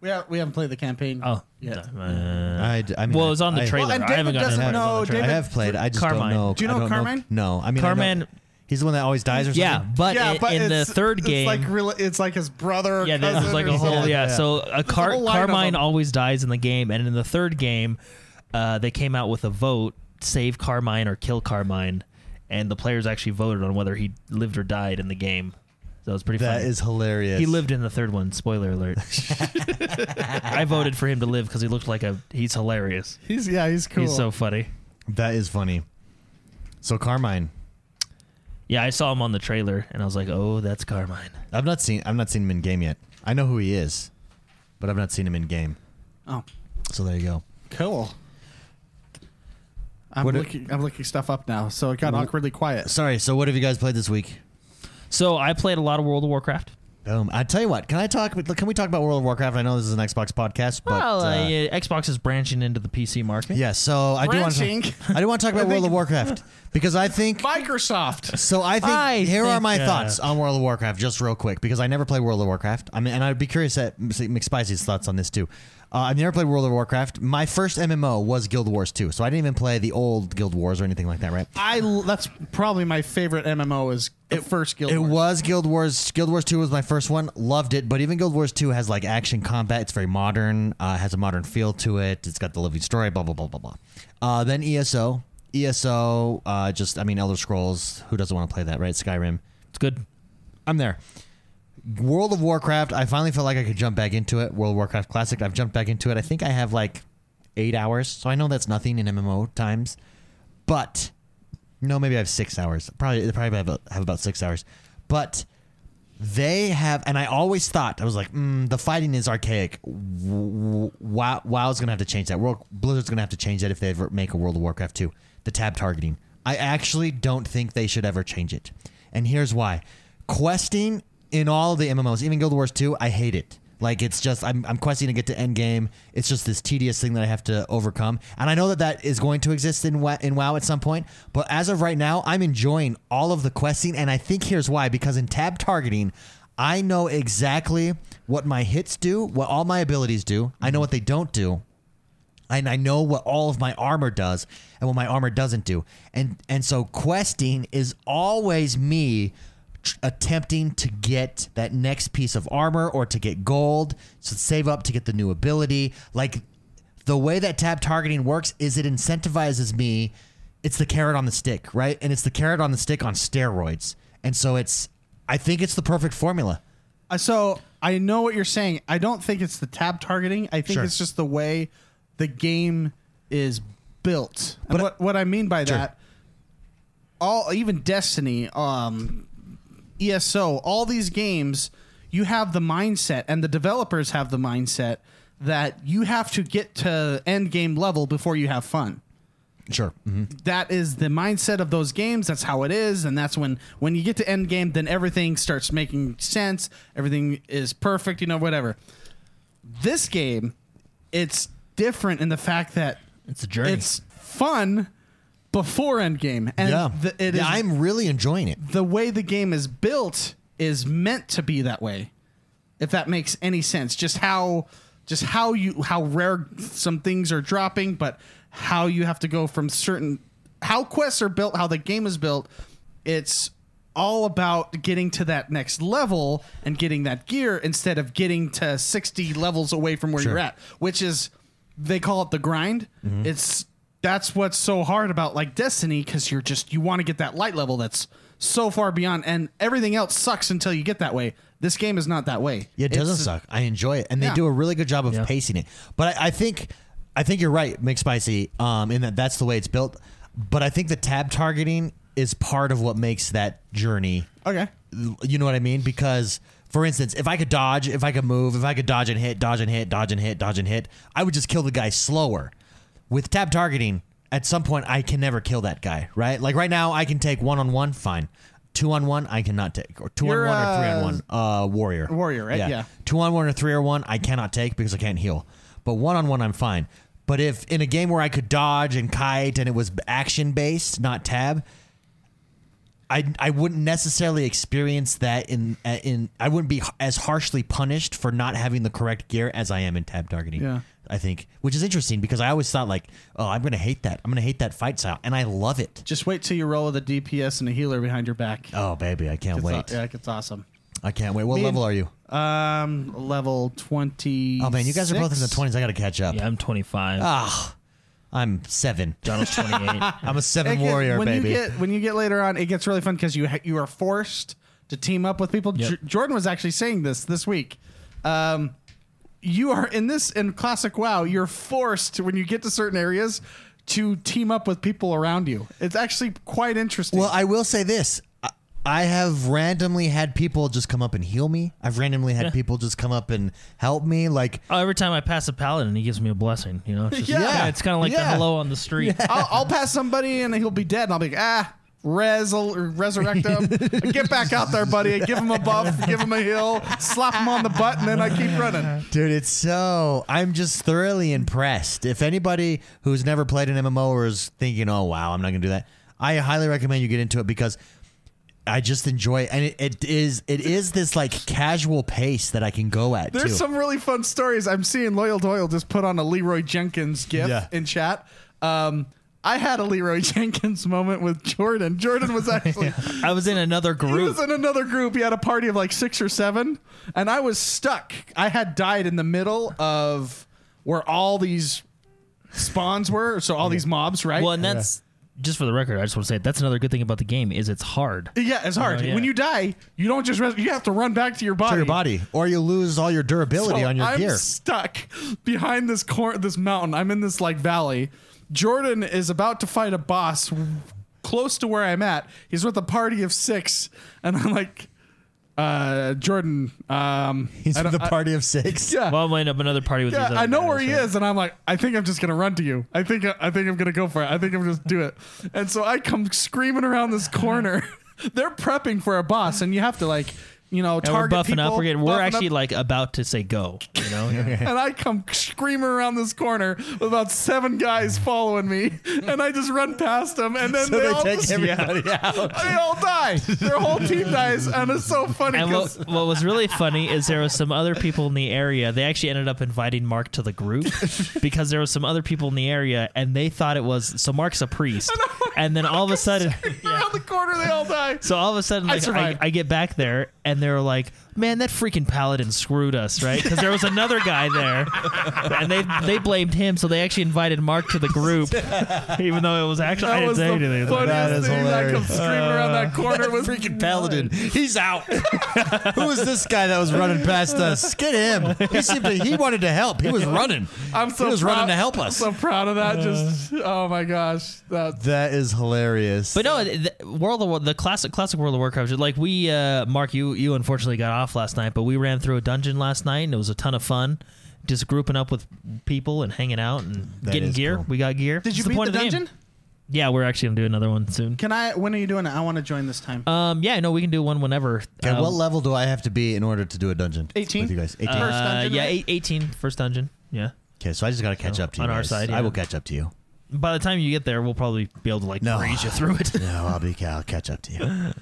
B: We, ha- we haven't played the campaign.
C: Oh.
B: Yeah.
C: Uh,
A: I, d- I mean,
C: well, it was on the
A: I-
C: trailer.
B: Well, and
C: I haven't
B: David
C: gotten
B: doesn't
C: it.
B: know-
C: on the
A: I
C: trailer.
B: David-
A: have played. I just
C: Carmine.
A: don't know.
B: Do you know
A: I don't
B: Carmine?
A: No. I mean, I know-
C: Carmine-
A: he's the one that always dies or something?
C: Yeah, but,
B: yeah,
C: in,
B: but
C: in the
B: it's-
C: third game,
B: it's like real, it's like his brother. Or
C: yeah,
B: cousin
C: there's like
B: or
C: a whole yeah.
B: something.
C: So a car,
B: whole line of
C: Carmine
B: them.
C: always dies in the game, and in the third game, uh, they came out with a vote: save Carmine or kill Carmine, and the players actually voted on whether he lived or died in the game. So it was pretty.
A: That
C: funny.
A: is hilarious.
C: He lived in the third one. Spoiler [LAUGHS] alert! I voted for him to live because he looked like a. He's hilarious.
B: He's yeah, he's cool.
C: He's so funny.
A: That is funny. So, Carmine.
C: Yeah, I saw him on the trailer, and I was like, "Oh, that's Carmine."
A: I've not seen I've not seen him in game yet. I know who he is, but I've not seen him in game.
B: oh,
A: So there you go.
B: cool. I'm
A: What a-
B: looking I'm looking stuff up now. So it got awkwardly quiet.
A: Sorry. So what have you guys played this week?
C: So I played a lot of World of Warcraft.
A: Boom. I tell you what. Can I talk? Can we talk about World of Warcraft? I know this is an Xbox podcast, but
C: well, uh,
A: uh, yeah.
C: yeah, Xbox is branching into the PC market.
A: So I do want
B: Branching.
A: to. I do want to
C: [LAUGHS]
A: talk about
B: I
A: World of
B: think-
A: Warcraft because I think. [LAUGHS]
B: Microsoft.
A: So I think
C: I
A: here are
C: think,
A: my
C: uh,
A: thoughts on World of Warcraft, just real quick, because I never play World of Warcraft. I mean, and I'd be curious at McSpicy's thoughts on this too. Uh, I've never played World of Warcraft. My first MMO was Guild Wars 2, so I didn't even play the old Guild Wars or anything like that, right?
B: I l- that's probably my favorite MMO is the first Guild
A: It
B: Wars.
A: was Guild Wars. Guild Wars 2 was my first one. Loved it. But even Guild Wars 2 has like action combat. It's very modern, uh, has a modern feel to it. It's got the living story, blah, blah, blah, blah, blah. Uh, then ESO. ESO, E uh, just, I mean, Elder Scrolls. Who doesn't want to play that, right? Skyrim.
C: It's good.
A: I'm there. World of Warcraft, I finally felt like I could jump back into it. World of Warcraft Classic, I've jumped back into it. I think I have like eight hours, so I know that's nothing in MMO times. But no, maybe I have six hours. Probably, probably have, a- have about six hours. But they have, and I always thought I was like, mm, the fighting is archaic. W- w- Wow, WoW's gonna have to change that. World Blizzard's gonna have to change that if they ever make a World of Warcraft two. The tab targeting. I actually don't think they should ever change it, and here's why: questing in all the MMOs, even Guild Wars two, I hate it. Like it's just I'm, I'm questing to get to end game. It's just this tedious thing that I have to overcome, and I know that that is going to exist in Wa- in WoW at some point. But as of right now, I'm enjoying all of the questing, and I think here's why: because in tab targeting, I know exactly what my hits do, what all my abilities do. I know what they don't do, and I know what all of my armor does and what my armor doesn't do. And and so questing is always me tr- attempting to get that next piece of armor or to get gold to save up to get the new ability. Like the way that tab targeting works is it incentivizes me. It's the carrot on the stick, right? And it's the carrot on the stick on steroids. And so it's I think it's the perfect formula.
B: Uh, so I know what you're saying. I don't think it's the tab targeting. I think
A: Sure.
B: it's just the way the game is built. And
A: But-
B: what what I mean by that, all even Destiny, um, ESO, all these games, you have the mindset, and the developers have the mindset that you have to get to end game level before you have fun.
A: Sure. Mhm.
B: that is the mindset of those games. That's how it is, and that's when when you get to end game, then everything starts making sense. Everything is perfect, you know, whatever. This game, it's different in the fact that
C: It's a journey.
B: it's fun before end game, and
A: Yeah.
B: the, it
A: yeah,
B: is-
A: I'm really enjoying it.
B: the way the game is built is meant to be that way. If that makes any sense, just how just how you how rare some things are dropping, but how you have to go from certain how quests are built, how the game is built, it's all about getting to that next level and getting that gear instead of getting to 60 levels away from where you're at, which is they call it the grind.
A: Mm-hmm.
B: It's that's what's so hard about like Destiny because you're just you want to get that light level that's so far beyond, and everything else sucks until you get that way. This game is not that way.
A: Yeah, it doesn't
B: It's-
A: suck. I enjoy it, and they
B: Yeah.
A: do a really good job of
C: Yeah.
A: pacing it. But I, I think, I think you're right, McSpicy, um, in that that's the way it's built. But I think the tab targeting is part of what makes that journey.
B: Okay.
A: You know what I mean? Because, for instance, if I could dodge, if I could move, if I could dodge and hit, dodge and hit, dodge and hit, dodge and hit, I would just kill the guy slower. With tab targeting, at some point, I can never kill that guy. Right? Like right now, I can take one on one, fine. Two on one, I cannot take. Or 2
B: You're,
A: on one or three
B: uh,
A: on one uh, warrior.
B: Warrior, right? Yeah.
A: Two on one or three or one, I cannot take because I can't heal. But one on one, I'm fine. But if in a game where I could dodge and kite and it was action based, not tab, I I wouldn't necessarily experience that in uh, in I wouldn't be h- as harshly punished for not having the correct gear as I am in tab targeting.
B: Yeah.
A: I think, which is interesting because I always thought like, oh, I'm gonna hate that. I'm gonna hate that fight style, and I love it.
B: Just wait till you roll with a DPS and a healer behind your back.
A: Oh baby, I can't
B: It's aw-
A: wait.
B: yeah, it's awesome.
A: I can't wait. What
B: Me and-
A: level are you?
B: Um, level twenty.
A: Oh man, you guys are both in the twenties. I gotta catch up.
C: yeah, I'm 25.
A: Ah, I'm seven.
C: Donald's 28.
A: I'm a seven
B: It gets-
A: warrior,
B: when
A: baby.
B: You get, when you get later on, it gets really fun because you ha- you are forced to team up with people. J- Jordan was actually saying this this week. Um, you are in this in classic WoW. You're forced when you get to certain areas to team up with people around you. It's actually quite interesting.
A: well, I will say this. I- I have randomly had people just come up and heal me. I've randomly had people just come up and help me. Like,
C: Oh, every time I pass a paladin, he gives me a blessing. You know, it's just,
B: Yeah.
C: yeah. it's kind of like
A: Yeah.
C: the hello on the street.
B: [LAUGHS] I'll, I'll pass somebody and he'll be dead, and I'll be like, ah. Res, or resurrect
A: [LAUGHS]
B: him. Get back out there, buddy. I give him a buff, give him a heal, slap him on the butt, and then I keep running.
A: dude, it's so. I'm just thoroughly impressed. If anybody who's never played an MMO or is thinking, oh, wow, I'm not going to do that, I highly recommend you get into it because. I just enjoy, it. and it, it is it is this like casual pace that I can go at.
B: There's
A: too.
B: some really fun stories. I'm seeing Loyal Doyle just put on a Leroy Jenkins gif
A: Yeah.
B: in chat. Um, I had a Leroy [LAUGHS] Jenkins moment with Jordan. Jordan was actually
C: I was in another
B: he
C: group.
B: was in another group. He had a party of like six or seven, and I was stuck. I had died in the middle of where all these spawns were, so all these mobs, right?
C: Well, and that's just for the record. I just want to say that's another good thing about the game is it's hard.
B: yeah, it's hard.
C: Oh, yeah.
B: When you die, you don't just res- you have to run back to your body.
A: to your body, or you lose all your durability
B: So
A: on your
B: I'm
A: gear.
B: stuck behind this cor- this mountain. I'm in this like valley. Jordan is about to fight a boss w- close to where I'm at. He's with a party of six, and I'm like, uh, Jordan. Um,
A: He's
B: I
A: with
B: don't-
A: the party of six. [LAUGHS]
B: I, yeah,
C: Well, I'm lining up another party with these.
B: yeah.
C: Other
B: I know
C: guys,
B: where he
C: right?
B: is, and I'm like, I think I'm just gonna run to you. I think I think I'm gonna go for it. I think I'm just do it. And so I come screaming around this corner. [LAUGHS] They're prepping for a boss, and you have to like. You know,
C: And we're
B: target
C: buffing up.
B: people,
C: We're getting. We're
B: buffing up
C: actually like about to say go. You know.
A: [LAUGHS]
C: Yeah.
B: and I come screaming around this corner with about seven guys following me, and I just run past them, and then they, all just,
A: out.
B: they all die. Their whole team dies, and it's so funny
C: And what,
B: because
C: what was really funny is there was some other people in the area. They actually ended up inviting Mark to
B: [LAUGHS]
C: the group because there was some other people in the area, and they thought it was so. Mark's
B: [LAUGHS]
C: a priest, and then all of a sudden,
B: around the corner they all die.
C: So all of a sudden,
B: I
C: like, I, I,
B: survived.
C: get back there, and they're like, "Man, that freaking paladin screwed us, right?" Because there was another guy there, and they they blamed him. So they actually invited Mark to
B: [LAUGHS]
C: the group, even though it was actually I
B: That
C: didn't
B: was
C: say
B: the
C: anything.
B: funniest
A: That is
B: thing. I come
A: hilarious. Uh,
B: screaming around that
A: [LAUGHS]
B: corner with
A: freaking paladin. He's out. [LAUGHS] Who was this guy that was running past us? Get him. He seemed to, he wanted to help. He was running.
B: I'm so
A: he was
B: proud,
A: running to help us. Uh,
B: I'm so proud of that. Just oh my gosh, that
A: that is hilarious.
C: But no, the World of War- the classic classic World of Warcraft. Like we, uh, Mark, you you unfortunately got off last night, but we ran through a dungeon last night, and it was a ton of fun. Just grouping up with people and hanging out and
A: That
C: getting
A: is
C: gear.
A: cool.
C: We got gear.
B: Did you
C: It's the
B: beat
C: point
B: the
C: of game.
B: dungeon?
C: Yeah, we're actually gonna do another one soon.
B: Can I? When are you doing it? I want to join this time.
C: Um, yeah, no, we can do one whenever.
A: Okay,
C: Um,
A: what level do I have to be in order to do a dungeon?
B: 18?
A: With you guys. 18.
B: First dungeon,
C: uh, yeah,
B: right?
C: eight, 18, first dungeon. Yeah.
A: okay, so I just got to catch
C: so,
A: up to you.
C: oh, on our
A: guys.
C: side,
A: I
C: yeah.
A: will catch up to
C: [LAUGHS]
A: you.
C: By the time you get there, we'll probably be able to like
A: No.
C: breeze you through
A: [LAUGHS]
C: it.
A: No, I'll be. I'll catch up to you. Oh,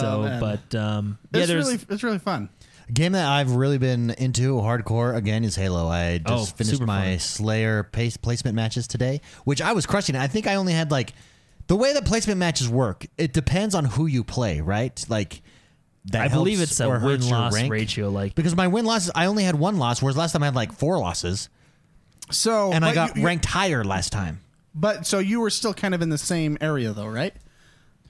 C: so,
B: man.
C: but um, yeah,
B: it's
C: there's
B: really it's really fun.
A: A game that I've really been into hardcore again is Halo. I just
C: Oh,
A: finished
C: super
A: my
C: fun.
A: Slayer pace, placement matches today, which I was crushing. I think I only had like the way that placement matches work. It depends on who you play, right? Like that.
C: I believe
A: helps
C: it's a
A: or hurts
C: win
A: your
C: loss
A: rank.
C: ratio. Like
A: Because my win losses, I only had one loss, whereas last time I had like four losses,
B: So
A: and I
B: but
A: got
B: you- you-
A: ranked higher last time.
B: But so you were still kind of in the same area though, right?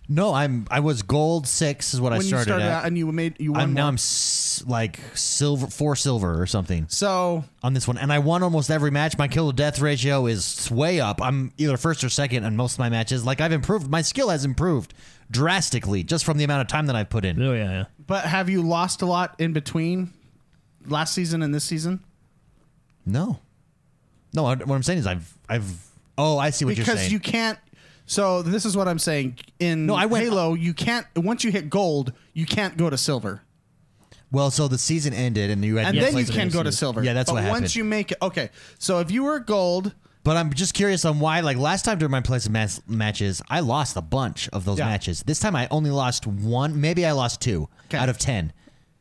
A: No, I'm I was gold six is what I
B: when
A: started,
B: you started
A: at.
B: out and you made you won
A: I'm now
B: one.
A: I'm s- like silver four silver or something.
B: so
A: on this one, and I won almost every match. My kill to death ratio is way up. I'm either first or second in most of my matches. Like I've improved, my skill has improved drastically just from the amount of time that I've put in.
C: oh yeah, yeah.
B: but have you lost a lot in between last season and this season?
A: No, no. I- What I'm saying is I've I've oh I see what you're
B: because
A: saying.
B: you can't. So this is what I'm saying. In
A: No, I went-
B: Halo, you can't. Once you hit gold, you can't go to silver,
A: well, so the season ended, and you had
B: and
A: no
B: then you
A: place to
B: can go to
A: season.
B: silver.
A: Yeah, that's
B: but
A: what happened.
B: Once you make it, okay. So if you were gold,
A: But I'm just curious on why. Like last time during my place of mas- matches, I lost a bunch of those
B: Yeah.
A: matches. This time I only lost one. Maybe I lost two
B: Okay.
A: out of ten.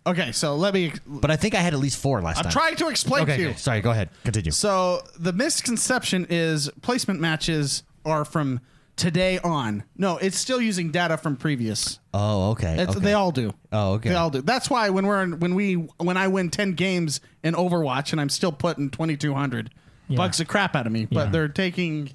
B: okay. So let me.
A: But I think I had at least four last
B: I'm
A: time.
B: trying to explain
A: okay,
B: to you.
A: okay, sorry. Go ahead. Continue.
B: So the misconception is placement matches are from today on. No, it's still using data from previous.
A: Oh, okay.
B: It's,
A: okay.
B: They all do.
A: Oh, okay.
B: They all do. That's why when we're in, when we when I win ten games in Overwatch and I'm still putting twenty two hundred, bugs the crap out of me. But
C: Yeah.
B: they're taking.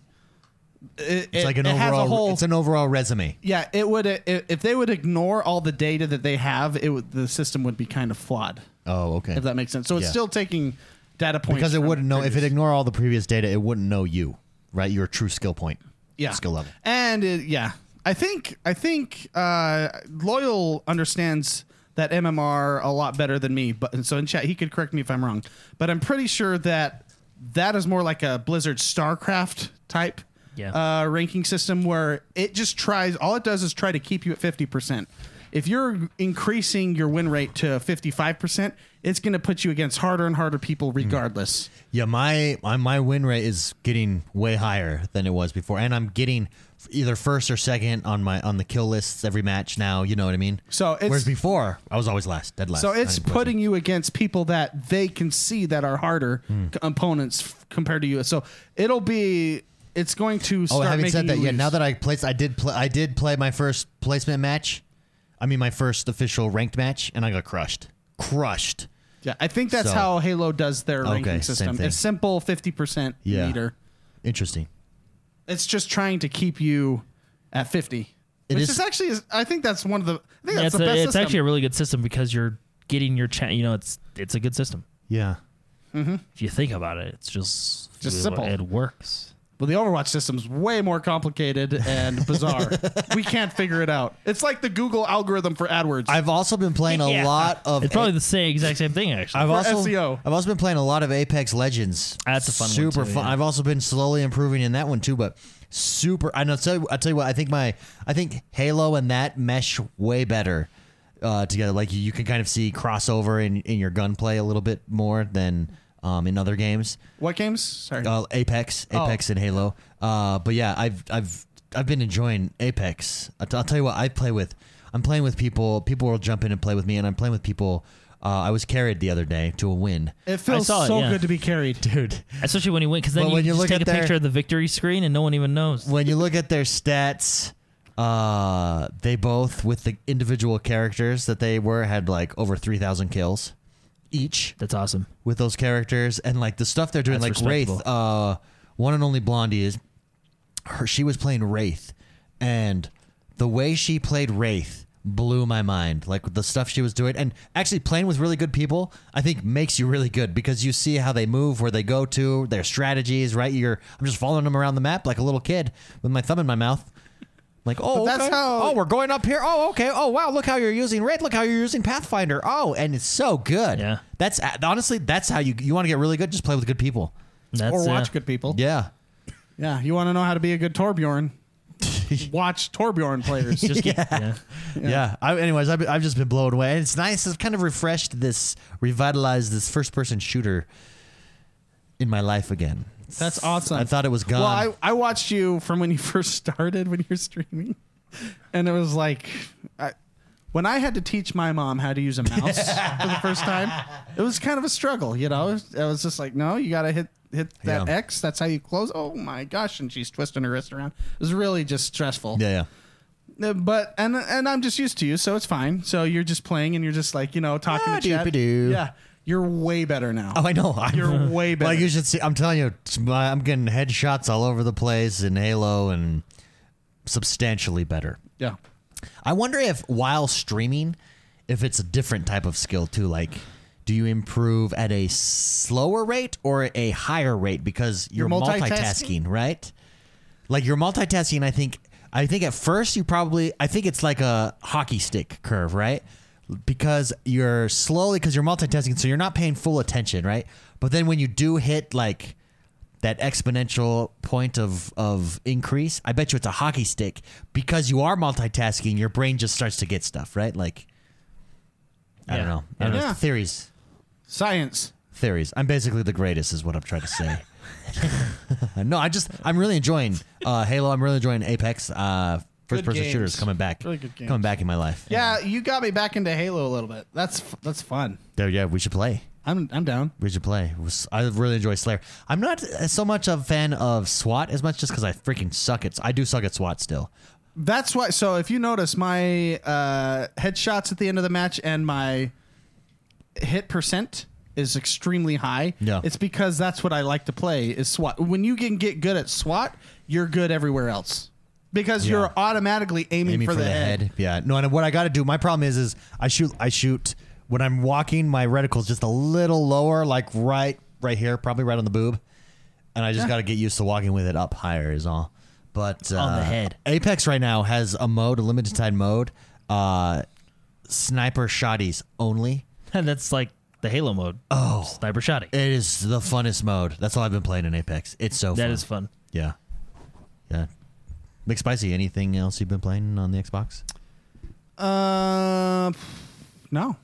B: It,
A: It's like an
B: it
A: overall.
B: Has a whole,
A: it's an overall resume.
B: yeah, it would i- if they would ignore all the data that they have, it would, the system would be kind of flawed.
A: Oh, okay.
B: If that makes sense. So it's
A: Yeah.
B: still taking data points
A: because it
B: from
A: wouldn't know if it
B: previous.
A: ignore all the previous data, it wouldn't know you, right? Your true skill point.
B: yeah.
A: Skill level.
B: And it, yeah, I think I think uh, loyal understands that MMR a lot better than me. But and so in chat, he could correct me if I'm wrong. But I'm pretty sure that that is more like a Blizzard StarCraft type.
C: Yeah.
B: Uh, ranking system where it just tries all it does is try to keep you at 50% if you're increasing your win rate to 55% it's going to put you against harder and harder people regardless
A: Yeah, my, my my win rate is getting way higher than it was before, and I'm getting either first or second on my on the kill lists every match now. You know what I mean?
B: So it's-
A: whereas before I was always last, dead last.
B: So it's
A: 90%.
B: putting you against people that they can see that are harder
A: Hmm.
B: c- opponents f- compared to you. So it'll be it's going to
A: Oh,
B: start
A: having
B: making
A: said that,
B: you
A: yeah.
B: lose.
A: Now that I placed, I did play. I did play my first placement match. I mean, my first official ranked match, and I got crushed. Crushed.
B: yeah, I think that's
A: So-
B: how Halo does their
A: Okay,
B: ranking
A: same
B: system.
A: thing.
B: It's simple 50%
A: Yeah.
B: meter.
A: Interesting.
B: It's just trying to keep you at 50.
A: It
B: which
A: is-
B: is, actually is, I think that's one of the I think
C: Yeah,
B: that's
C: it's,
B: the
C: a,
B: best
C: it's
B: system.
C: actually a really good system because you're getting your chat. You know, it's it's a good system.
A: Yeah.
C: If you think about it, it's just
B: Just
C: it-
B: simple.
C: It works.
B: well, the Overwatch system's way more complicated
A: [LAUGHS]
B: and bizarre. we can't figure it out. It's like the Google algorithm for AdWords.
A: I've also been playing a
C: Yeah.
A: lot of.
C: It's probably the same exact same thing actually.
A: I've
B: for
A: also
B: SEO.
A: I've also been playing a lot of Apex Legends.
C: That's a fun one,
A: super
C: too,
A: fun.
C: yeah.
A: I've also been slowly improving in that one too, but super. I know. So I tell you what. I think my I think Halo and that mesh way better uh, together. Like you, you can kind of see crossover in in your gunplay a little bit more than um, in other games.
B: what games? Sorry.
A: Uh, Apex, Apex, and Halo. Uh, but yeah, I've I've I've been enjoying Apex. I t- I'll tell you what, I play with. I'm playing with people. People will jump in and play with me, and I'm playing with people. Uh, I was carried the other day to a win.
B: it feels
C: saw it,
B: so
C: yeah.
B: good to be carried.
A: Dude,
C: Especially when you win, because then
A: Well,
C: you
A: when
C: can
A: you
C: just
A: look
C: take
A: at
C: a
A: their-
C: picture of the victory screen and no one even knows.
A: when you look at their stats, uh, they both with the individual characters that they were had like over three thousand kills each.
C: That's awesome.
A: with those characters and like the stuff they're doing.
C: That's
A: like Wraith,
C: respectable.
A: uh, one and only Blondie is her. She was playing Wraith, and the way she played Wraith blew my mind. Like the stuff she was doing, and actually playing with really good people, I think makes you really good because you see how they move, where they go to, their strategies. Right, you're I'm just following them around the map like a little kid with my thumb in my mouth. Like oh,
B: But that's
A: okay.
B: how-
A: oh, we're going up here. Oh, okay. Oh, wow. Look how you're using Wraith. Look how you're using Pathfinder. Oh, and it's so good.
C: Yeah.
A: That's honestly, that's how you you want to get really good. Just play with good people.
C: That's,
B: or watch
C: uh,
B: good people.
A: Yeah. [LAUGHS]
B: Yeah, you want to know how to be a good Torbjorn? watch Torbjorn players.
C: Just get, yeah.
A: Yeah. I, anyways, I've, I've just been blown away, and it's nice. It's kind of refreshed this, revitalized this first-person shooter in my life again.
B: That's awesome.
A: I thought um, it was gone.
B: well, I, I watched you from when you [LAUGHS] first started when you were streaming, and it was like, I, when I had to teach my mom how to use a mouse
A: [LAUGHS]
B: for the first time, it was kind of a struggle. You know, it was, it was just like, no, you got to hit hit that
A: Yeah.
B: X. That's how you close. Oh my gosh! And she's twisting her wrist around. It was really just stressful.
A: yeah, yeah.
B: Uh, But and and I'm just used to you, so it's fine. So you're just playing and you're just like you know talking to chat.
A: Ah-doopy-doo.
B: Yeah, you're way better now.
A: Ah, Oh, I know. I'm,
B: You're way
A: [LAUGHS]
B: better.
A: Like you should see. I'm telling you, it's my- I'm getting headshots all over the place in Halo, and substantially better.
B: yeah.
A: I wonder if while streaming, if it's a different type of skill too. Like, do you improve at a slower rate or a higher rate because you're, multitasking.
B: multitasking?
A: right? Like you're multitasking. I think. I think at first you probably. I think it's like a hockey stick curve, right? Because you're slowly because you're multitasking, so you're not paying full attention, right? But then when you do hit like that exponential point of of increase, I bet you it's a hockey stick because you are multitasking. Your brain just starts to get stuff right. Like I don't
C: Yeah.
A: know. I don't know.
B: Yeah.
A: Theories,
B: Science.
A: theories. I'm basically the greatest, is what I'm trying to say. [LAUGHS] no, I just I'm really enjoying uh, Halo. I'm really enjoying Apex. Uh, First person
B: games.
A: shooters coming back,
B: Really good games.
A: coming back in my life.
B: Yeah, you got me back into Halo a little bit. That's f- that's fun.
A: Yeah, yeah. We should play.
B: I'm I'm down.
A: We should play. Was- I really enjoy Slayer. I'm not so much a fan of SWAT as much just because I freaking suck at. I do suck at SWAT still.
B: That's why. So if you notice, my uh, headshots at the end of the match and my hit percent is extremely high.
A: Yeah.
B: it's because that's what I like to play is SWAT. When you can get good at SWAT, you're good everywhere else because
A: Yeah.
B: you're automatically aiming,
A: aiming
B: for, the, head.
A: Yeah. No, and what I got to do, my problem is, is I shoot, I shoot when I'm walking, my reticle's just a little lower, like right, right here, probably right on the boob, and I just got to get used to walking with it up higher, is all. But uh,
C: On the head.
A: Apex right now has a mode, a limited time mode, uh, sniper shotties only.
C: [LAUGHS] That's like the Halo mode. Oh, sniper shotting.
A: It is the funnest mode. That's all I've been playing in Apex. It's so fun.
C: That is fun.
A: Yeah. Yeah. McSpicy, anything else you've been playing on the Xbox?
B: Uh, no.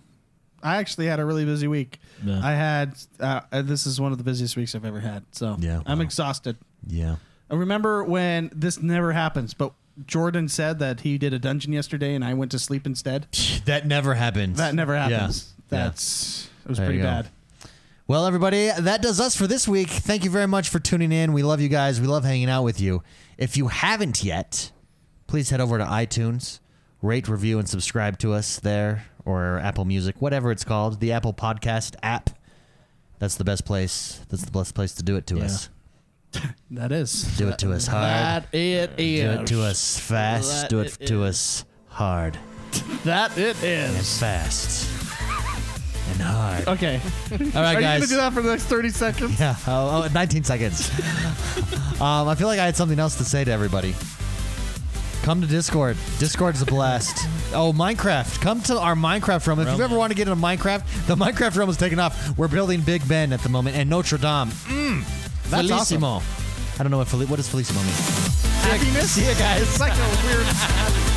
B: I actually had a really busy week.
C: Yeah.
B: I had uh, this is one of the busiest weeks I've ever had. So
A: Yeah,
B: I'm
A: wow.
B: exhausted.
A: Yeah.
B: I remember when this never happens, but Jordan said that he did a dungeon yesterday and I went to sleep instead.
A: That never happens.
B: That never
A: Yeah.
B: happens.
A: Yeah.
B: That's it was
A: There
B: pretty
A: you go.
B: bad.
A: Well, everybody, that does us for this week. Thank you very much for tuning in. We love you guys. We love hanging out with you. If you haven't yet, please head over to iTunes, rate, review, and subscribe to us there or Apple Music, whatever it's called, the Apple Podcast app. That's the best place. That's the best place to do it to us.
B: That is.
A: Do it to us hard.
B: That it is.
A: do it to us fast. do it, to us hard
B: That it
A: and
B: is.
A: fast and
B: [LAUGHS]
A: hard.
B: Okay.
A: All right,
B: Are you
A: guys.
B: gonna do that for the next thirty seconds?
A: [LAUGHS] Yeah, oh, oh, 19 seconds. um, I feel like I had something else to say to everybody. Come to Discord. Discord's a blast. Oh, Minecraft. Come to our Minecraft realm. If you ever want to get into Minecraft, the Minecraft realm is taking off. We're building Big Ben at the moment and Notre Dame. Mm,
B: That's awesome.
A: Felicissimo. I don't know what, Fel- what does Felicissimo mean.
B: Happiness? See you guys. It's like a weird